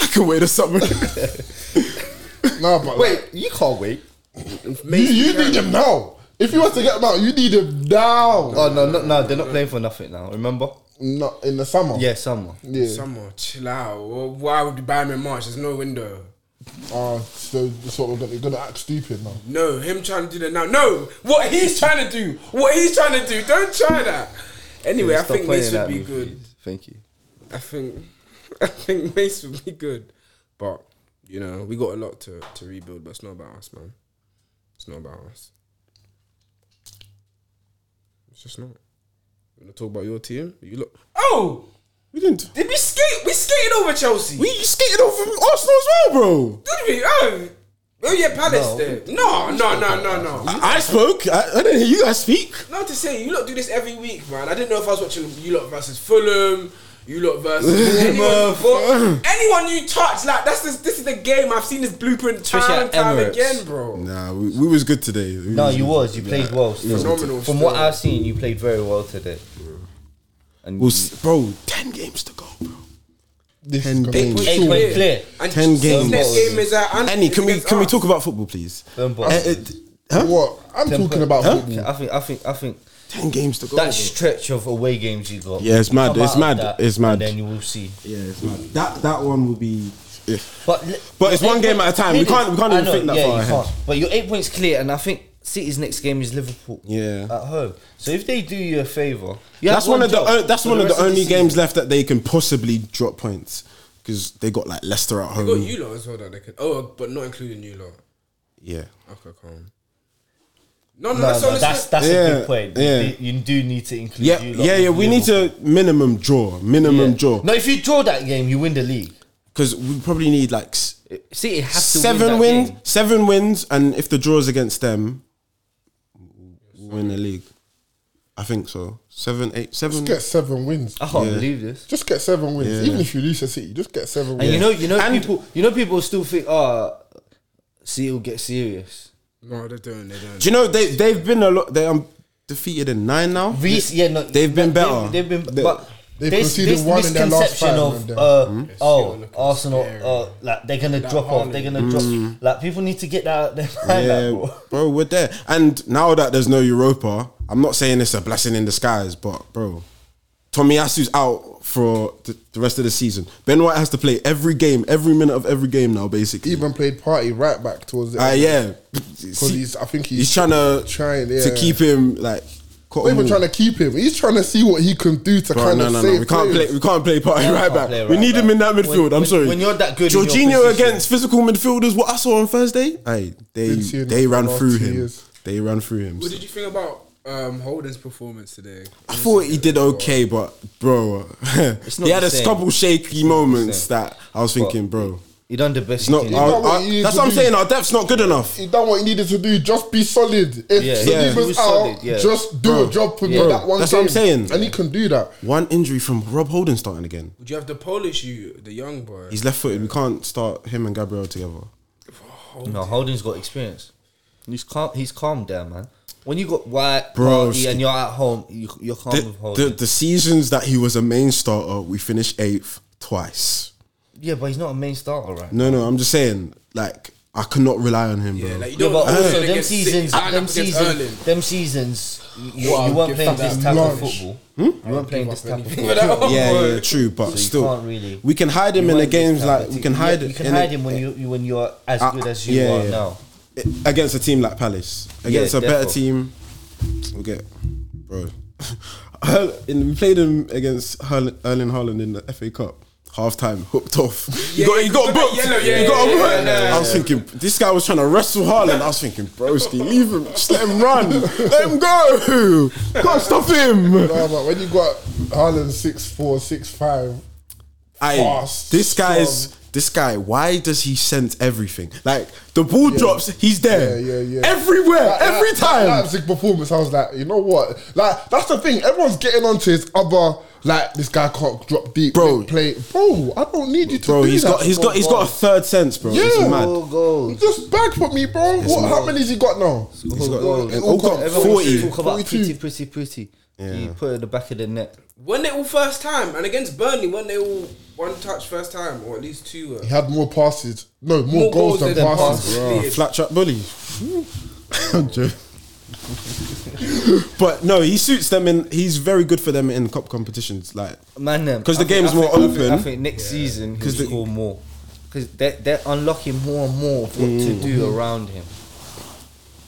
I can wait a summer.
Nah, but like,
Wait, you can't wait.
you, you need him now. If you want to get him out, you need him now. Uh,
Oh no, no, no! They're not playing for nothing now. Remember?
Not in the summer.
Yeah, summer.
Yeah.
Summer, chill out. Well, Why would you buy him in March? There's no window.
Uh, so that's what we're gonna, you're gonna act stupid now.
No, him trying to do that now. No, what he's trying to do. What he's trying to do. Don't try that. Anyway, I
Stop
think
playing
Mace
that
would be
with
good.
me. Thank you.
I think I think Mace would be good. But, you know, we got a lot to, to rebuild, but it's not about us, man. It's not about us. It's just not. You want to talk about your team? You look. Oh!
we didn't.
Did we skate? We skated over Chelsea.
We skated off of Arsenal as well, bro.
did we? Oh, oh yeah, Palace. there. No, no, no, no, no.
I, I spoke. I, I didn't hear you guys speak.
Not to say you lot do this every week, man. I didn't know if I was watching you lot versus Fulham, you lot versus anyone, but anyone you touch. Like that's this. This is the game. I've seen this blueprint time
Especially
and
at
time
Emirates.
again, bro.
Nah, we, we was good today. We
No, you was. You played well. still.
Phenomenal
From what
still.
I've seen, you played very well today. And
We'll s- bro, 10 games to go, bro.
This
Ten
is gonna
games.
be-
Eight point clear.
And
10 games.
Next game is at Ant-
Annie, can we
against
can we
us.
talk about football, please?
Don't
Uh,
bother.
uh, huh?
What? I'm talking about football.
I think. I think. I think.
10 games to go.
that stretch of away games you got.
Yeah, it's mad,
Come
it's
out of
mad,
that,
it's mad.
And then you will see.
yeah, it's mad. That, that one will be. Yeah.
But l-
But it's
you're
one
eight
game at
points-
a time. We
It is.
can't- we can't
I
even think that
yeah,
far
you
ahead.
can't. But your eight points clear, and I think City's next game is Liverpool.
Yeah.
at home. So if they do you a favour, you
That's
have
one, of the
job
o- that's
for
one of
rest
the only
season.
games left that they can possibly drop points because they got like Leicester at home.
We got you lot as well that they could. Oh, but not including you lot.
Yeah.
Okay, calm. No, no,
No,
that's
no,
all it's
that's that's a
Yeah,
good point. You
yeah.
do- You, do need to include.
Yeah,
you lot
yeah, yeah.
with
We
Liverpool.
need to minimum draw, minimum draw,
No, if you draw that game, you win the league.
because we probably need like s-
See, it has to
seven
win that
wins,
game.
seven wins, and if the draw is against them, we win the league. I think so. Seven, eight, seven.
Just get seven wins.
I can't believe this.
Just get seven wins.
Yeah.
Even if you lose to City, just get seven
And
wins.
you know, you know,
And-
people, you know, people still think, oh, City will get serious.
No, they don't. They don't.
Do you know they they've been a lot? They um defeated in nine now.
Reece, yeah, no,
They've been better.
They've, they've been,
They-
but
They've
this,
conceded
this
one in their last
misconception
five,
of
man,
uh,
Hmm?
City are
oh,
looking
Arsenal,
scary.
uh, like they're gonna drop off, they're gonna drop. Like people need to get that out of their
Hmm.
mind,
Yeah,
like, bro.
bro, we're there. And now that there's no Europa, I'm not saying it's a blessing in disguise, but bro, Tomiyasu's out for the, the rest of the season. Ben White has to play every game, every minute of every game now, basically.
even played party right back towards the
Uh,
end.
yeah,
Because he's, I think he's,
he's trying to
trying,
to
yeah.
keep him like.
not even trying to keep him. He's trying to see what he can do to
Bro,
kind
no,
of
no,
save
no. We can't
players.
play. We can't play party
Yeah,
right
can't
back.
play
we
right
need him
back.
in that
When-
midfield. I'm
when-
sorry.
when you're that good in your
Jorginho
position.
against physical midfielders. What I saw on Thursday, hey, they
Been seeing
they
him for
ran
the last
through
two
him.
years.
They ran through him.
What did you think about um, Holden's performance today?
I thought he did okay, but bro,
not
he had
the
a
same.
couple shaky moments that I was thinking, bro,
You done the best.
it's not.
you can.
our-
not what
our-
you need
that's
to
what I'm
do.
saying. Our depth's not good enough.
He done what he needed to do. Just be solid. If
Yeah,
Saliba's
yeah.
out,
He was solid, yeah.
just do a job for me
Yeah.
that one
That's
game.
what I'm saying.
And he can do that.
One injury from Rob Holden starting again.
Would you have the Polish you, the young boy?
He's left footed. We can't start him and Gabriel together.
No, Holden's got experience. He's calm. He's calm down, man. When you got White,
Bro,
Party,
ski-
and you're at home, you, you're calm
The,
with
the,
Holden.
the seasons that he was a main starter, we finished eighth twice.
yeah, but he's not a main starter, right?
No, no, I'm just saying, like, I cannot rely on him,
yeah,
bro.
like you
Yeah,
don't
but
know
also
who's
them
gonna get
seasons,
sick. Line
them
up against Erling.
seasons, them seasons, you,
Wow,
you weren't
give
playing
that
this type of
lunch.
football.
Hmm?
You weren't playing this type of football.
Give it up,
yeah,
boy.
yeah, true, but
So you
still,
can't really-
we can hide him
You
in the
weren't this
games.
type
Like,
of
we
team.
can hide.
Yeah, You can
in a-
hide him when you you- when you're as
Ah,
good as you
yeah,
are
yeah.
now.
against a team like Palace, against
Yeah,
a better
defo.
team, we'll get, bro. Erl- in- we played him against Erl- Erling Haaland in the FA Cup. Half time, hooked off. You
Yeah,
got,
yeah,
you got
got that
booked.
yellow, yeah,
you got
yeah,
a
yeah,
book.
yeah, yeah,
I was thinking, this guy was trying to wrestle Haaland. I was thinking, broski, leave him. Just let him run. let him go. Can't stop him.
No, but when you got Haaland six four, six five,
I,
Fast,
this guy's this guy. Why does he sense everything? Like the ball drops, he's there.
Yeah, yeah, yeah.
Everywhere,
That- that-
every
that
time.
Leipzig performance, I was like, you know what? Like that's the thing. Everyone's getting onto his other. Like this guy can't drop deep,
Bro.
big play, bro. I don't need you to
Bro,
do
he's
that.
got he's
bro,
got he's got a third sense, bro.
Yeah.
It's mad.
Four goals.
Just bag for me, bro. What? How many has he got now?
He's got,
goals.
and all got
Everyone used to
forty.
talk about
42.
pretty, pretty, pretty. You put it in the back of the net.
When they all first time and against Burnley, when they all one touch first time or at least two. uh, Were.
He had more passes. No, more, goals, than, passes.
completed.
Flat trap bully. I'm joking. but no, he suits them in. He's very good for them in cup competitions. Like
Man, them.
'Cause
I
the
think-
game's
I think-
more
I think-
open.
I think next season he'll
'Cause the-
score more because they're, they're unlocking more and more of what
Mm.
to do around him,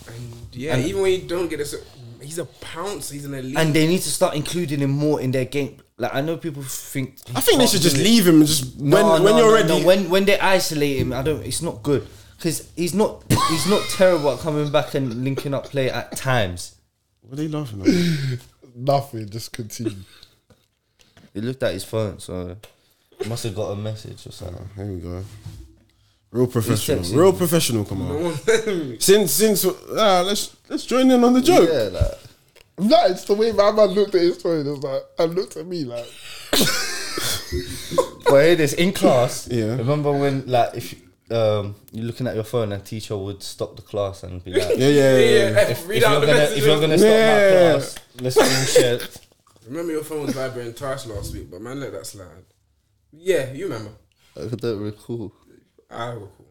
And yeah, even when you don't get a, he's a pounce. He's an elite.
and they need to start including him more in their game. Like I know people think. he
I think they
can't
should
do
just
it.
leave him and just when
No,
when
no,
you're
no,
ready.
no. when when they isolate him, I don't. It's not good because he's not he's not terrible at coming back and linking up play at times.
what are you laughing at?
Nothing. Just continue.
He looked at his phone, so he must have got a message or something.
Here we go. Real professional.
sexy.
Real professional. Come on. since since uh, let's let's join in on the joke.
Yeah, like,
nah, it's the way my man looked at his phone. It was like, and looked at me like,
but here it is in class.
Yeah.
Remember when like if um you're looking at your phone and teacher would stop the class and be like,
Yeah, yeah, yeah. yeah.
yeah,
if,
read
if
out
you're
the
gonna
message.
if you're gonna stop
Yeah.
my class, let's all share.
Remember your phone was vibrating twice last week, but man, let that slide. Yeah, you remember. Ah,
I don't recall.
I recall.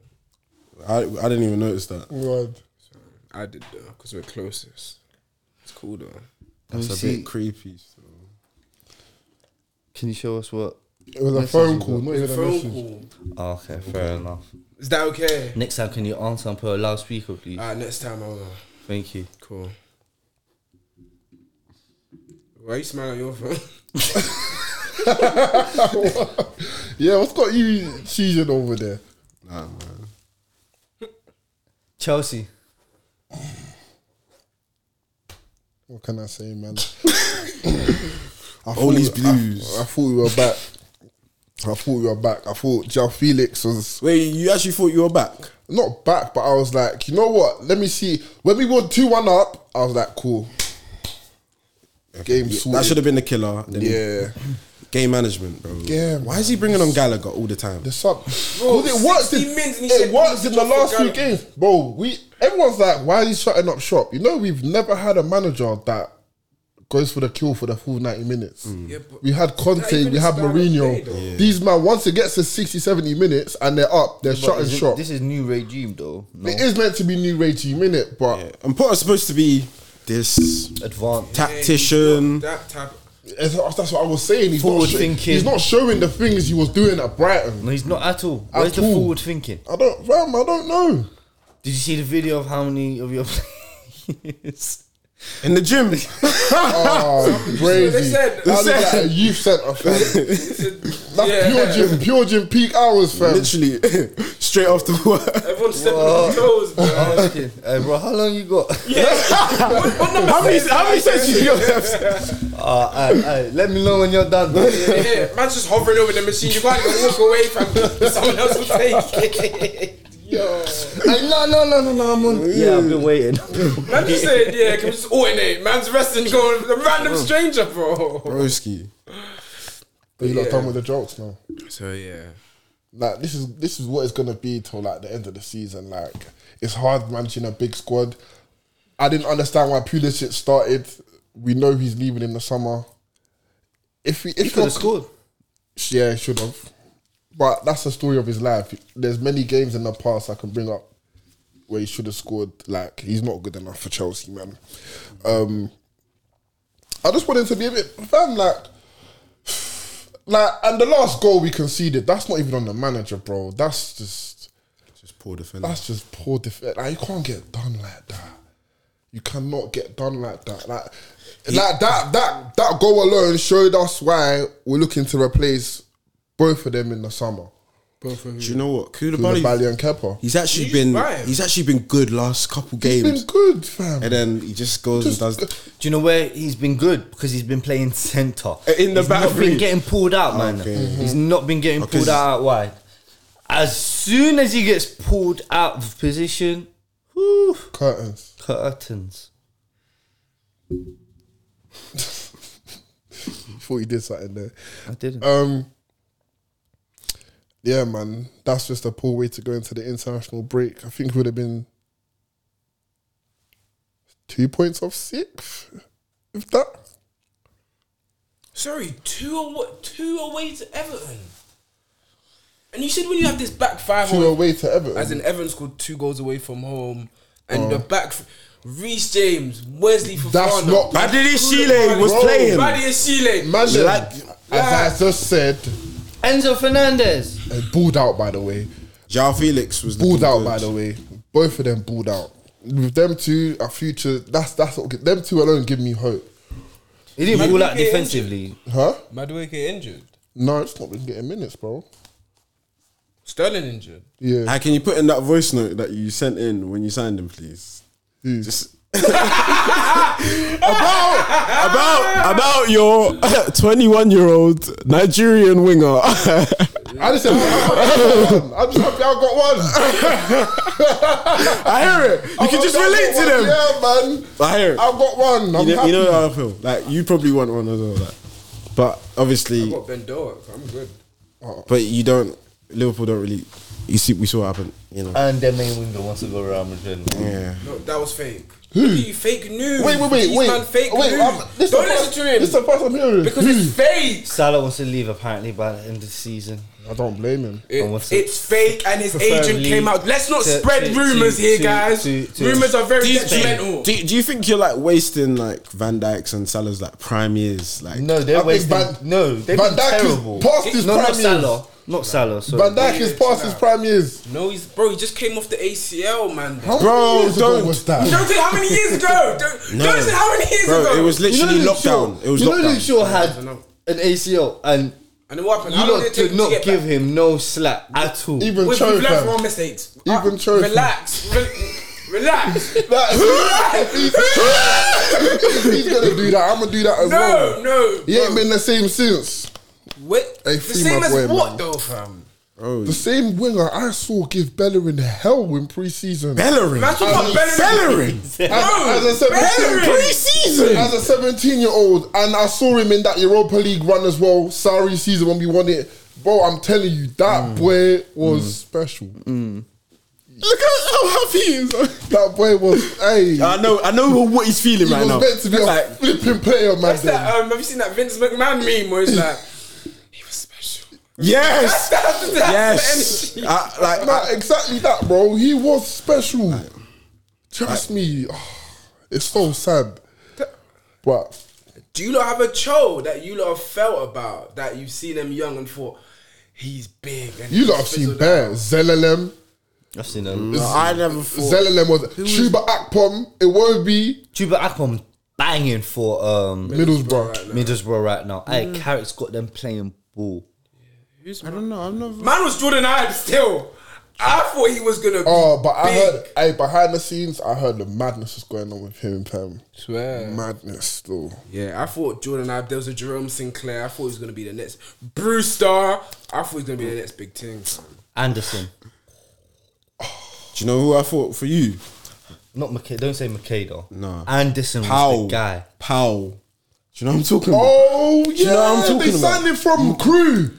I I didn't even notice that.
God.
I did though, because we're closest. It's cool though.
That's
me
a
see.
bit creepy. So.
Can you show us what?
It was a phone call, not even a
Phone
message.
call.
Oh, okay, fair enough.
Is that okay?
Next time, can you answer and put a loudspeaker, please?
Alright, next time I will.
Thank you.
Cool. Why you smiling on your phone?
Yeah, what's got you cheesing over there?
Nah, man.
Chelsea.
What can I say, man? I
All
thought
these
we- I-
blues.
I, thought we were back. I thought we were back. I thought Jao Felix was
Wait, you actually thought you were back?
not back, but I was like, you know what? Let me see. When we were two one up, I was like, cool. Game
That should
sorted.
have been the killer. Then he-
Yeah,
Game management, bro.
Yeah,
Why is he bringing on Gallagher all the time?
the sub. 'Cause it
60
works. In,
mins and he
it
said,
works in the
"Just for
last few
Gallagher."
games, bro. We everyone's like, why is he shutting up shop? You know, we've never had a manager that goes for the kill for the full ninety minutes.
Mm.
but-
We had
That even
Conte, we had
is standard play,
Mourinho.
though.
These man, once it gets to 60, 70 minutes and they're up, they're
But
shutting
is it-
shop.
This is new regime though. No.
It is meant to be new regime, innit? But
Yeah. And Potter's supposed to be this
Advanced.
tactician.
That type.
it's- that's what I was saying. He's
Forward
not sho-
thinking.
He's not showing the things he was doing at Brighton.
No, he's not at all. Where's the
all.
forward thinking?
I don't, fam. I don't know.
Did you see the video of how many of your players?
In the gym.
Oh, crazy.
they said-
That
they
look
said-
like a youth centre, fam. That's
Yeah.
pure gym, pure gym peak hours, fam.
Literally. Straight off the work.
Everyone's stepping on their toes, bro.
hey, bro, how long you got?
How many, how many sets you got?
Uh, aye, aye, let me know when you're done. bro.
Yeah, man's just hovering over the machine. You can't even walk away from it. someone else will take it. Yo.
Aye, no, no, no, no, no, I'm on. Yeah, I've been waiting.
Man just said, yeah, can we just alternate? Man's resting, going with a random stranger, bro.
Broski.
But you lot
Yeah.
done with the jokes now.
So yeah,
Like this is this is what it's gonna be till like the end of the season. Like it's hard managing a big squad. I didn't understand why Pulisic started. We know he's leaving in the summer. If we, if
He could
you're-
have scored.
yeah, he should have. But that's the story of his life. There's many games in the past I can bring up where he should have scored. Like he's not good enough for Chelsea, man. Um, I just wanted to be a bit fam like. Like and the last goal we conceded, that's not even on the manager, bro. That's just
Just poor defense.
that's just poor defense. Like you can't get done like that. You cannot get done like that. Like, like that that that goal alone showed us why we're looking to replace both of them in the summer.
Do you know what?
Bali
Koulibaly,
and Kepa.
he's actually
He's
been
right.
he's actually been good last couple
He's
games.
been good, fam.
and then he just goes
Just-
and does
Do you know where he's been good? Because he's been playing centre.
In the
he's
back
not been
three.
getting pulled out, man.
Okay.
He's not been getting
Okay.
pulled out out wide. As soon as he gets pulled out of position, whew,
Curtains.
curtains.
Thought he did something there.
I didn't.
Um. Yeah, man, that's just a poor way to go into the international break. I think we would have been two points off sixth, if that.
sorry, two away, two away to Everton. And you said when you have this back five,
two
on-
away to Everton.
Oh, as in Everton scored two goals away from home, and the back, Reece James, Wesley Fofana,
uh, That's not bad.
Badly Shile was
Bro.
playing.
Buddy and Chile.
Man, them,
Like-
as I just said,
Enzo Fernandez.
uh, balled out by the way,
Jao Felix was
balled
looking
out
good.
by the way. Both of them balled out. With them two, our future. That's that's what gi- them two alone give me hope,
He didn't
Man,
pull
you
out
get injured.
defensively.
huh?
Madueke injured.
No, it's not been getting minutes, bro.
Sterling injured.
Yeah,
How can you put in that voice note that you sent in when you signed him, please?
Who?
Just about about about your twenty-one year old Nigerian winger.
I just said I'm just happy I got one.
I hear it. You can just relate to them.
Yeah, man.
I hear it.
I've got one. I'm
You know,
happy.
you know how I feel. Like you probably want one as well. Like. But
I
obviously,
got Ben Doak. I'm good.
but you don't. Liverpool don't really. You see, we saw what happened. You know.
And their main winger wants to go around Madrid.
Yeah.
No, that was fake. Who? You fake news.
wait, wait, wait,
These
wait.
Man fake
wait
news.
I'm- this
Don't
the
listen
first-
to him
This is the first I'm hearing.
because it's fake.
Salah wants to leave apparently by the end of the season.
I don't blame him.
It-
And what's
it's fake, and his agent
Preferably
came out. Let's not
to-
spread
to-
rumors
to-
here,
to-
guys.
to- to-
rumors are very
Do you,
detrimental.
do, you- do you think you're like wasting like Van Dyke's and Salah's like prime years? Like
No, they're
I think
wasting.
Van-
no, they've
Van
been
Dijk is
terrible.
past his
no,
prime
not
years.
Salah. Not Salah. Sorry.
Van Dijk is past his prime years.
no, he's bro. He just came off the ACL, man.
How many
Bro,
years
don't-
ago was that?
Don't say how many years ago. Don't,
No.
don't say how many years
Bro,
ago.
it was literally
Luke
lockdown.
Shaw-
It was
you know Luke
lockdown.
Shaw had
don't know.
an ACL, and
and then what happened?
you
How long
lot
did it take
did
him
not
to get
give
back?
him no slack at all.
Even
We've,
Cho,
we've learned
fam.
from our mistakes. Uh,
Even Cho, fam.
relax. Re- Relax.
He's gonna do that. I'm gonna do that as
no,
well.
no.
He ain't been the same since.
Wait,
Hey,
the
free
same
my
as
boy,
what
man.
though, fam?
The same winger I saw give Bellerin hell in pre-season.
Bellerin.
Man, talk about Bellerin.
as, as a
Bellerin.
Pre-season.
As a 17 year old, and I saw him in that Europa League run as well. Sorry, season when we won it. Bro, I'm telling you,
Mm.
that boy was special.
Look at how happy he is.
That boy was, hey, he
I know, I know what he's feeling right
was
now.
meant to be a flipping player, man.
What's
then.
that? Um, have you seen that Vince McMahon meme where it's like he was special?
yes,
That's- that's
yes.
the energy.
I, like,
Nah,
I-
exactly that, bro. He was special. Trust me. Ah, It's so sad. But
Do you lot have a cho that you lot have felt about that you've seen him young and thought he's big? And
you
he's
lot have seen
fizzled
Bear,
out?
Zelalem,
I've seen them.
I never thought.
Zelalem was Chuba Akpom, Iwobi,
Juba Akpom banging for um
Middlesbrough.
Middlesbrough right now. Hey, Carrick's got them playing ball.
I don't know. I've never.
Man was Jordan Ives still. I thought he was gonna. Be
Oh, but I
big.
heard, hey, behind the scenes, I heard the madness is going on with him and Pam.
Swear.
Madness still.
Yeah, I thought Jordan Ives. There was a Jerome Sinclair. I thought he was gonna be the next Brewster. I thought he was gonna be the next big thing.
Anderson.
Do you know who I thought for you?
Not McKay, don't say McKay though.
No.
Anderson was
Powell.
the guy.
Powell. Do you know what I'm talking about?
Oh, yeah.
you know what I'm
they
talking about? Mm.
signed him from crew.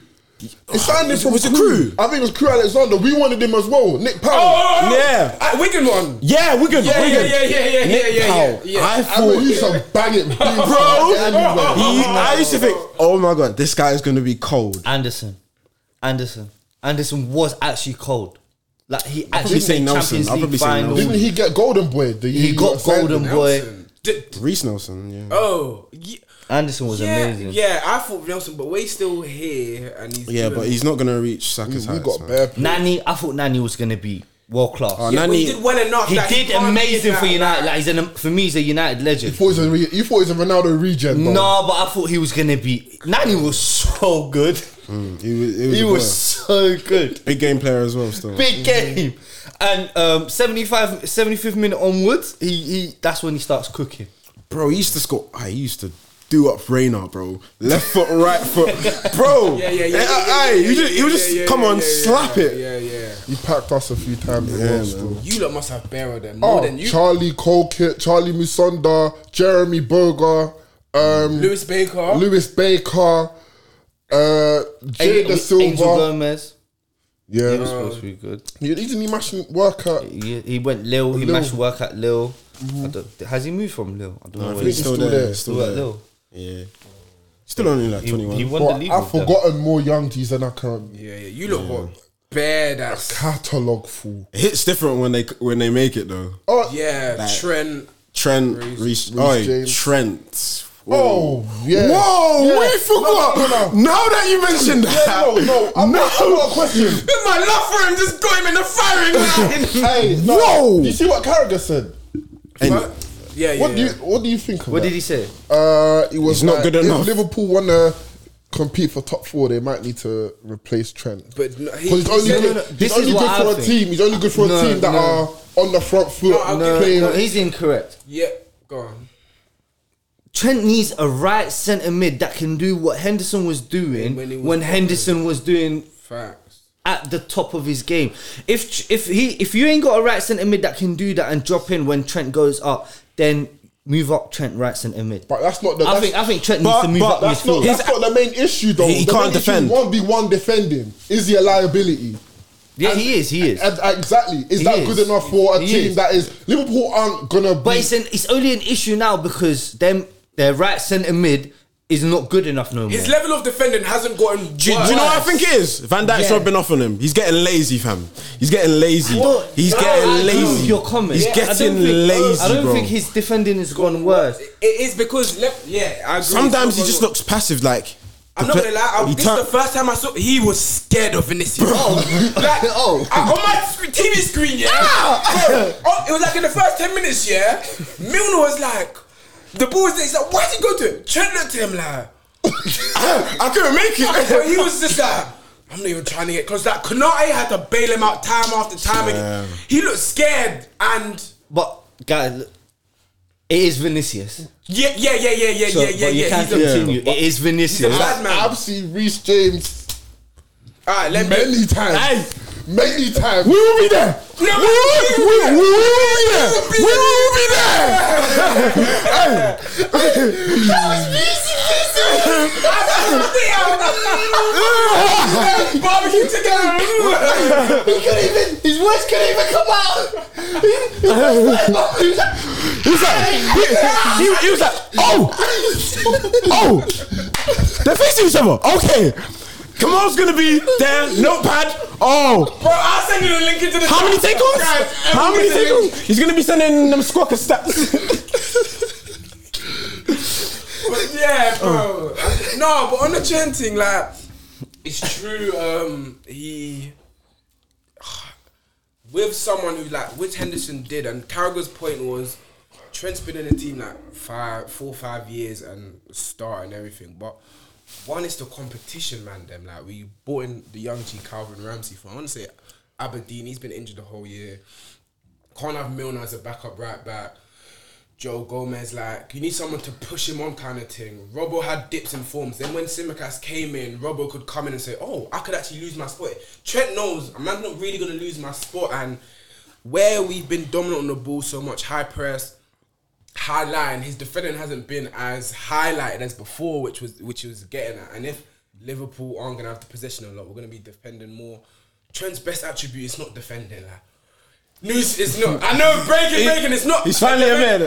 They signed him
Was it-
from
was it Crewe?
I think it was crew Alexander. We wanted him as well. Nick Powell.
Oh, Yeah.
I, Wigan one.
Yeah, Wigan.
Yeah,
Wigan.
yeah, yeah, yeah, yeah,
Nick
yeah, yeah,
Powell.
yeah.
I
I mean,
thought.
he's a banging bro.
Bro, he, I used to think, oh my god, this guy is going to be cold.
Anderson. Anderson. Anderson was actually cold. Like he
probably
actually
say
played
Nelson.
Champions
I'll
League
probably say
final.
Nelson.
Didn't he get Golden Boy? The year
He got
signed?
Golden Boy.
D- d-
Reese Nelson, yeah.
oh. Yeah.
Anderson was
yeah,
amazing.
yeah, I thought Nelson, but we're still here, and he's
yeah,
doing-
but he's not going to reach Saka's
We
heights.
Mm, got
man.
bare players.
Nani, I thought Nani was gonna be world class.
Oh,
Yeah, but
Nani-
he did well enough.
he
that
did
can't be
amazing
that-
for United. Like he's an, for me, he's a United legend.
You thought he was a, re- you thought he was a Ronaldo regen. bro.
No, but I thought he was gonna be. Nani was so good.
Mm, he was, he was,
He
a
was
boy.
so good.
big game player as well. Still,
Big game. And um, 75, 75th minute onwards, he, he that's when he starts cooking.
bro, he used to score. I used to do up Reina, bro. Left foot, right foot, bro.
Yeah, yeah, yeah.
Eh,
yeah, yeah,
aye,
yeah,
you just,
yeah,
you just
yeah,
come
yeah,
on,
yeah, yeah,
slap
yeah,
it.
Yeah, yeah.
He packed us a few times.
Yeah,
Yeah,
man.
still.
You lot must have buried them more
Oh,
than you.
Charlie Colkit, Charlie Musonda, Jeremy Berger, um,
Lewis Baker.
Lewis Baker, uh, Jada
Angel- Angel
Silva.
Gomez. He was
Yeah,
supposed to be good.
he didn't he mashing work out.
He, he went Lil. He
Lil.
matched work at Lil.
Mm-hmm.
I don't, has he moved from Lil? I don't know.
I
where
think he's
he's
still
still
there.
there.
Still
still at
there.
Lil.
Yeah, still only like
He, he
21.
won the
But
league.
I've
with them.
forgotten more young G's than I can
Yeah, yeah. You lot got bare that.
catalogue full.
It hits different when they when they make it though.
Oh,
Yeah, Trent.
Trent,
Reece-
Reece,
Reece
oi,
James.
Trent.
Oh, yeah.
Whoa,
Yeah.
we forgot.
No, no, no,
Now that you mentioned that,
no, no. I've got- I've got a question.
But my love for him just got him in the firing line.
Hey, no,
Whoa.
You see what Carragher said?
And
But- yeah, yeah.
What do you What do you think of
What
that?
did he say?
Uh, it was
He's not
like,
good
if
enough.
Liverpool want to compete for top four, they might need to replace Trent.
But no, he-
'Cause he's
he
only
said-
good,
no, no,
he's
this
only
is
good
what
for
I
a
think.
team. He's only good for
No,
a team that
no.
are on the front foot
I'll give
No,
playing.
no, he's incorrect.
Yeah, go on.
Trent needs a right centre mid that can do what Henderson was
When
doing when,
he was playing.
Henderson was doing
Facts.
at the top of his game. If if he if you ain't got a right centre mid that can do that and drop in when Trent goes up, then move up Trent right centre mid.
but that's not the.
I
That's,
think I think Trent
But-
needs to move
but
up
that's not.
midfield.
That's not the main issue, though.
He- he
the
can't
main
defend.
One v one defending. Is he a liability?
yeah, he is. He is.
And- and exactly. Is
He
that
is.
good enough for a
He
team
is.
that is Liverpool aren't gonna?
But
be,
it's an, it's only an issue now because them their right centre mid is not good enough no more.
His level of defending hasn't gotten.
Do, you- do you know what I think it is? Van Dijk's
Yeah.
rubbing off on him. He's getting lazy, fam. He's getting lazy.
Well,
He's
no,
getting
I agree with
lazy.
Your comment.
He's
Yeah, I don't
getting
think-
lazy,
I don't
bro.
think his defending has gone worse.
It is because left. Yeah, I agree.
Sometimes he
It's
just
not-
looks passive, like.
I'm
the
not
pla-
gonna lie. I,
he
this
turn-
is the first time I saw he was scared of Vinicius. Oh, like,
Oh.
I- on my sc- TV screen, yeah. Bro, oh, it was like in the first ten minutes, yeah. Milner was like, the ball was there. He's like, why did he go to him? Trent looked at him like,
I couldn't make it.
but he was just like. I'm not even trying to get close. Like Konate had to bail him out time after time.
Yeah.
And he looked scared, and
But guys, look, it is Vinicius.
Yeah, yeah, yeah, yeah, yeah,
So,
yeah, yeah,
but you
yeah.
can't
He's a-
continue. it is Vinicius.
he's a- Bad man.
I've seen Reese James
All right, let me.
many times.
Hey.
Many times. We will be there. We
No,
will,
but-
we, we, we will be there. We will be there. hey.
Barbecue together.
He couldn't even, his voice couldn't even come out. He, he, was like, "Oh, he was like, he, he, he was like, oh, oh,
They're facing each other. Okay. Kamal's gonna be there, notepad. Oh,
Bro, I'll send you the link into the.
how many takeaways?
Guys,
How many
everything is-
takeaways? He's gonna be sending them squawker stats.
But yeah, bro. No, but on the chanting, like, it's true. Um, he with someone who like which Henderson did, and Carragher's point was Trent's been in the team like five, four, five years and star and everything, but. One is the competition, man. Them like we bought in the young G Calvin Ramsey for. I want to say Aberdeen. He's been injured the whole year. Can't have Milner as a backup right back. Joe Gomez, like, you need someone to push him on kind of thing. Robbo had dips in forms. Then when Simicast came in, Robbo could come in and say, oh, I could actually lose my spot. Trent knows I'm not really going to lose my spot. And where we've been dominant on the ball so much, high press, high line, his defending hasn't been as highlighted as before, which was which he was getting at. And if Liverpool aren't going to have the possession a lot, we're going to be defending more. Trent's best attribute is not defending, like. News, it's not. I know breaking, breaking. It's not.
He's finally a man.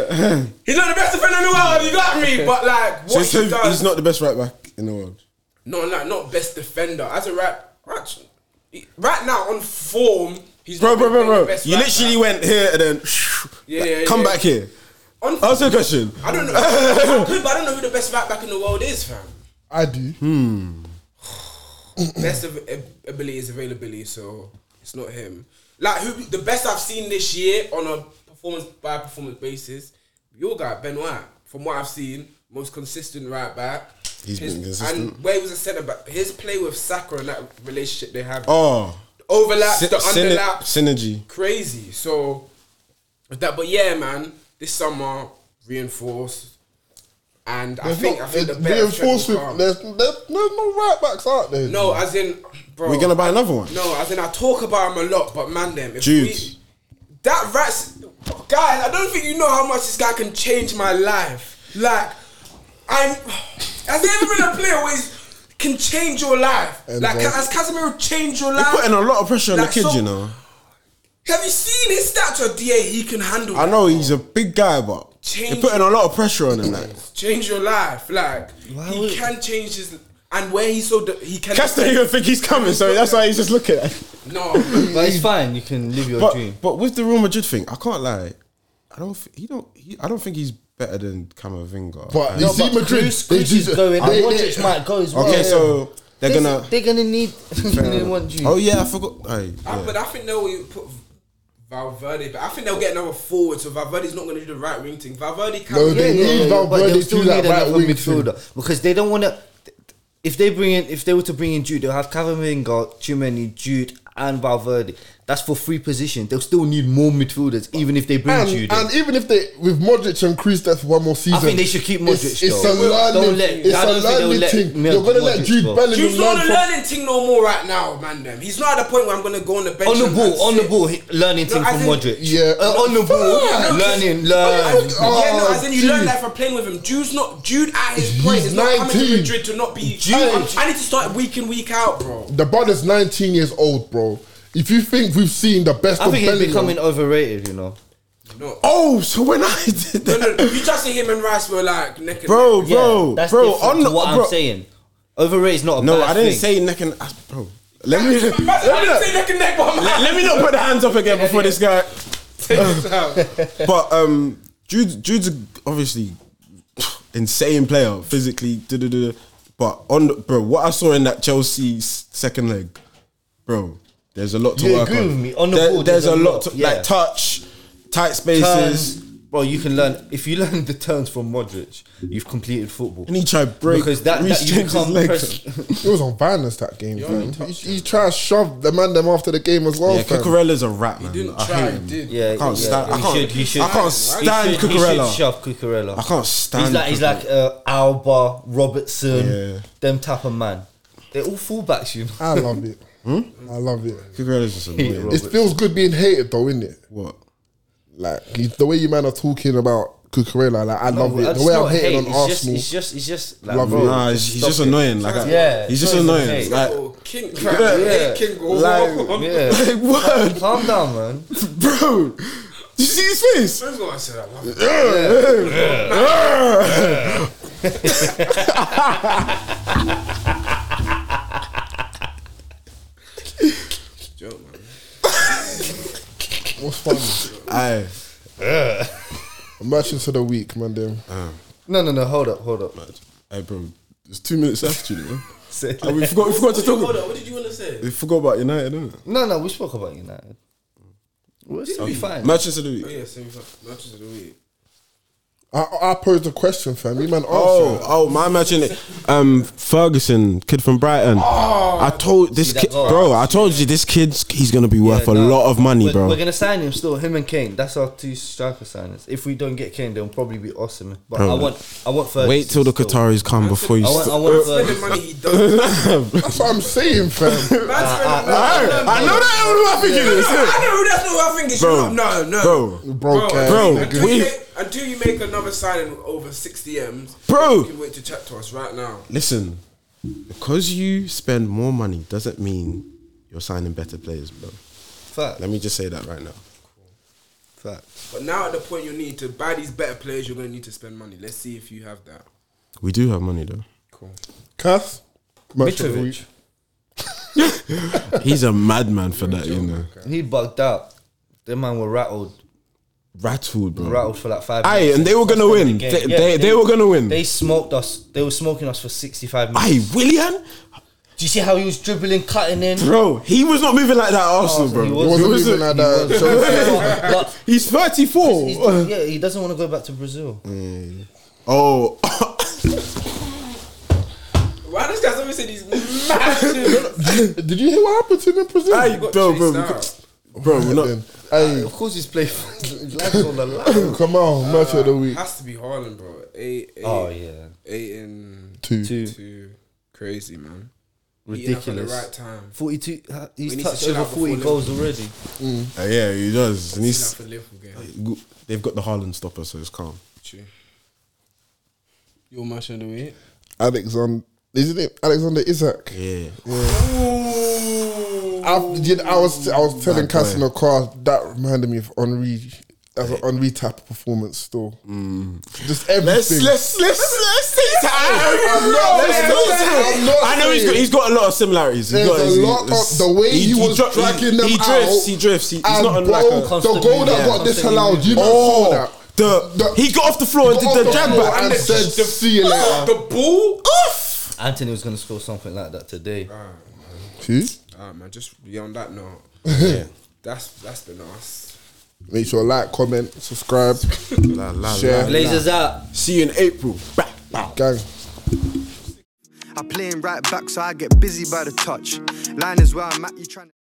He's not the best defender in the world. You got me. But like, what
So
he does,
he's not the best right back in the world.
no, like not best defender as a right. Right, right now on form, he's
Bro,
not
bro,
the-
bro,
not the
bro.
best
You
right
literally
back.
went here and then
Yeah, yeah,
come
yeah.
back here.
On form,
Answer the question.
I don't know. I could, but I don't know who the best right back in the world is, fam.
I do.
Best of ab- ability is availability, so it's not him. Like who the best I've seen this year on a performance by performance basis, your guy Ben White. From what I've seen, most consistent right back.
He's
His-
been consistent.
And where he was a centre back, his play with Saka and that relationship they have.
Oh,
overlaps,
sy-
the
syne-
underlaps,
synergy.
crazy. So with that, but yeah, man, this summer reinforced, and I
There's
think
not-
I think the
there's
better
reinforced
strength will
with,
come.
there's, there's, there's no right backs out there.
no, as in, bro,
We're gonna buy another one.
no, as in, I talk about him a lot, but man, them if
Jude.
we that rats, guys, I don't think you know how much this guy can change my life. Like, I'm. Has there ever been a player who is can change your life?
And
like,
bro.
has Casemiro changed your
You're
life?
putting a lot of pressure on the
Like,
kid,
so-
you know.
Have you seen his stature, DA? He can handle.
I know he's a big guy, but
Change-
you're putting a lot of pressure on him. Like,
change your life. Like he
would-
can change his and where he's so de- he can.
Cast don't even think he's coming, so that's why he's just looking. At him.
No,
But it's fine. You can live your
But
dream.
but with the Real Madrid thing, I can't lie. I don't. thi- He don't. He, I don't think he's better than Camavinga.
But
And-
you see Madrid,
Cruz,
they
Cruz is
just-
going.
they-
and Modric
they-
might go as well.
okay, so they're
This-
gonna.
they're gonna need. they want you.
Oh yeah, I forgot. Aye,
I-
yeah.
but I think they'll put Valverde. But I think they'll get another forward. So Valverde's not going to do the right wing thing. Valverde can.
No, they- need
but
Valverde
they'll
to
still
do that
need
right
another
wing
midfielder because they don't want to. If they bring in, if they were to bring in Jude, they'll have Cavaminga, Chimeni, Jude, and Valverde. That's for three positions. They'll still need more midfielders, even if they bring
And,
Jude. in.
and even if they with Modric and Cruz there for one more season,
I think they should keep Modric.
It's, it's a
though.
learning.
Don't let,
it's
I
a
don't think they'll
learning
let
thing.
Mil-
You're gonna let
Modric
Jude
go.
Bellingham
Jude's
learn
not a
from.
learning thing no more right now, man. Them he's not at the point where I'm going to go on the bench
On the
and- and
ball, on the
sit.
ball, he- learning thing
I
from
think-
Modric.
Yeah.
Uh, on the
Yeah,
ball,
no,
learning,
Oh,
learn.
oh,
yeah, no, as in you learn
Jude.
that from playing with him. Jude's not Jude at his point
He's
is not coming to
19.
Madrid to not be.
Jude-
I'm- I need to start week in week out, bro.
The brother's 19 years old, bro. If you think we've seen the best
I
of
think he's
Bellingham,
becoming overrated. You know.
No,
oh, so when I did
no,
that,
no. You just see him and Rice were like neck and neck.
bro, bro,
yeah, that's
bro.
different
On
to what
bro,
I'm saying. Overrated is not a
No,
bad
I didn't
thing.
say neck and ass, bro. Let me let me,
Imagine I didn't
not,
say neck and neck, but I'm
let, let me not put the hands up again before this guy. But um, Jude Jude's obviously insane player physically. duh-duh-duh-duh. But on the, bro, what I saw in that Chelsea s- second leg, bro, there's a lot to
You
work
agree
on.
with me? On the ball,
there's,
there's
a
a
lot,
lot,
to,
yeah.
like touch, tight spaces.
bro, you can learn if you learn the turns from Modric, you've completed football.
And he tried break
because that, that you
restricted
become
legs.
pres-
It was on violence that game, fam. He, he tried to shove the man them after the game as well,
Yeah,
fam.
Cucurella's a rat, man.
didn't
I
try,
hate
he
him.
did.
Yeah,
I can't
yeah,
stand. I
you
can't.
should- you should-
I can't
He should-
stand
he should
Cucurella.
shove Cucurella.
I can't
He's
stand.
like he's like uh, Alba, Robertson,
Yeah.
them type of man. They're all fullbacks, you know.
I love it.
Hmm?
I love it.
Cucurella's just annoying.
It feels good being hated though, isn't it?
What?
Like you- the way you man are talking about Cucurella, like I love
I
it. The
just
way
not
I'm hating
hate,
on
it's Just,
Arsenal.
it's just, it's just like,
Love
bro,
it.
Nah, he's, he's
stop
just
it.
annoying. Like, I-
Yeah,
he's just
it's
annoying.
okay.
Like,
Oh, King crap. Yeah. King go on.
Yeah,
like, what,
calm down, man.
bro? Did you see his face?
That's what I said. I love it. Joke, man.
What's funny?
Aye.
Merchants of the week, man. Them.
No, no, no. Hold up, hold up.
Hey, bro. It's two minutes after you, know.
Say-
And we forgot. We forgot to talk.
Hold
About,
on, what did you want to say?
we forgot about United, didn't
No, no. We spoke about United. We'll still be
we?
fine.
Merchants of the week.
Oh, yeah, same fact. matches of the week.
I, I posed a question, fam. You man answered.
Oh, oh, my match in it. Um, Ferguson, kid from Brighton. I told this
Oh. See that
kid,
goal?
bro. I told you this kid's he's gonna be worth
Yeah,
a
no.
lot of money,
we're,
bro.
We're gonna sign him still. Him and Kane. That's our two striker signings. If we don't get Kane, they'll probably be awesome. But
Bro,
I want, I want Ferguson.
Wait till the
still.
Qataris come before you.
I want, I
st-
want
Spend the
Ferguson.
money he does. Man,
That's what I'm saying, fam.
spend the
Aye, I
money.
know that everyone thinking
No, no,
this.
I know that's not what I think it
Bro.
should No, no.
Bro,
Bro,
until
bro,
you- until,
we-
you make, until you make another signing over 60 M's,
Bro.
you can wait to chat to us right now.
listen, because you spend more money doesn't mean you're signing better players, bro.
Fact,
Let me just say that right now.
fact.
But now at the point you need to buy these better players, you're going to need to spend money. Let's see if you have that.
We do have money though.
Cool.
Cass. Merchant of the
Mitrovic.
week.
He's a madman for that, you know.
He bugged out. Them man were rattled,
Rattled, bro.
rattled for like five.
Aye,
minutes.
Hmm. and they were gonna
That's
win.
the game.
They,
Yeah,
they, they were gonna win.
They smoked us. They were smoking us for sixty-five minutes.
Aye, Willian,
Do you see how he was dribbling, cutting in?
bro, he was not moving like that at Arsenal, bro.
He
wasn't
was
moving
a-
like that.
He was. But
He's thirty
he's-
four.
yeah, he doesn't want to go back to Brazil.
Hmm. Oh,
Why does guys always say these massive?
Did you hear what happened to him in Brazil?
aye,
got
bro,
chased
bro, we
out.
got- bro, we're not.
Then. Hey,
Of course, he's playing. His life's on the line.
come on, merchant of the week.
has to be Haaland, bro. Eight, eight,
Oh yeah,
eight and
Two.
Two.
two. Crazy, man. Eating up at
ridiculous.
the right time.
Forty-two. uh, He's
We need to
touched
chill
over
out
forty
before
goals already.
Uh, yeah, he does. And
Seen
he's,
that for Liverpool game.
they've got the Haaland stopper, so it's calm.
True. Your match of the week.
Alexander. Isn't it Alexander Isaac?
Yeah,
I, you know, I was I was telling
Bad
Cass
boy.
in the car that reminded me of Henri. That's an Henri type of performance. Still, just
Mm.
everything.
let's let's let's let's take time.
I'm not-
Let's
I'm
take
not-
time.
I'm not
I know he's got
saying-
he's got a lot of similarities. He's
There's
got
a
his-
lot of- the way he was
dri-
dragging them
He drifts.
out
He drifts. He, he's
And
not on
bro,
like a.
the
Constant
goal that
movement.
got
Constant
disallowed. You know, saw
Oh,
that.
the,
The-
he got off the floor and
Got
did the
off the
drag
floor
back
and said, "See you later."
The ball.
Anthony was going to score something like that today.
See?
Alright, man. Just yeah, on that note, that's that's been us.
Make sure like, comment, subscribe,
La, la, la.
Share.
Blazers out.
See you in April. Bah, bow.
gang.
I playing right back, so I get busy by the touch. Line is where I'm at, you trying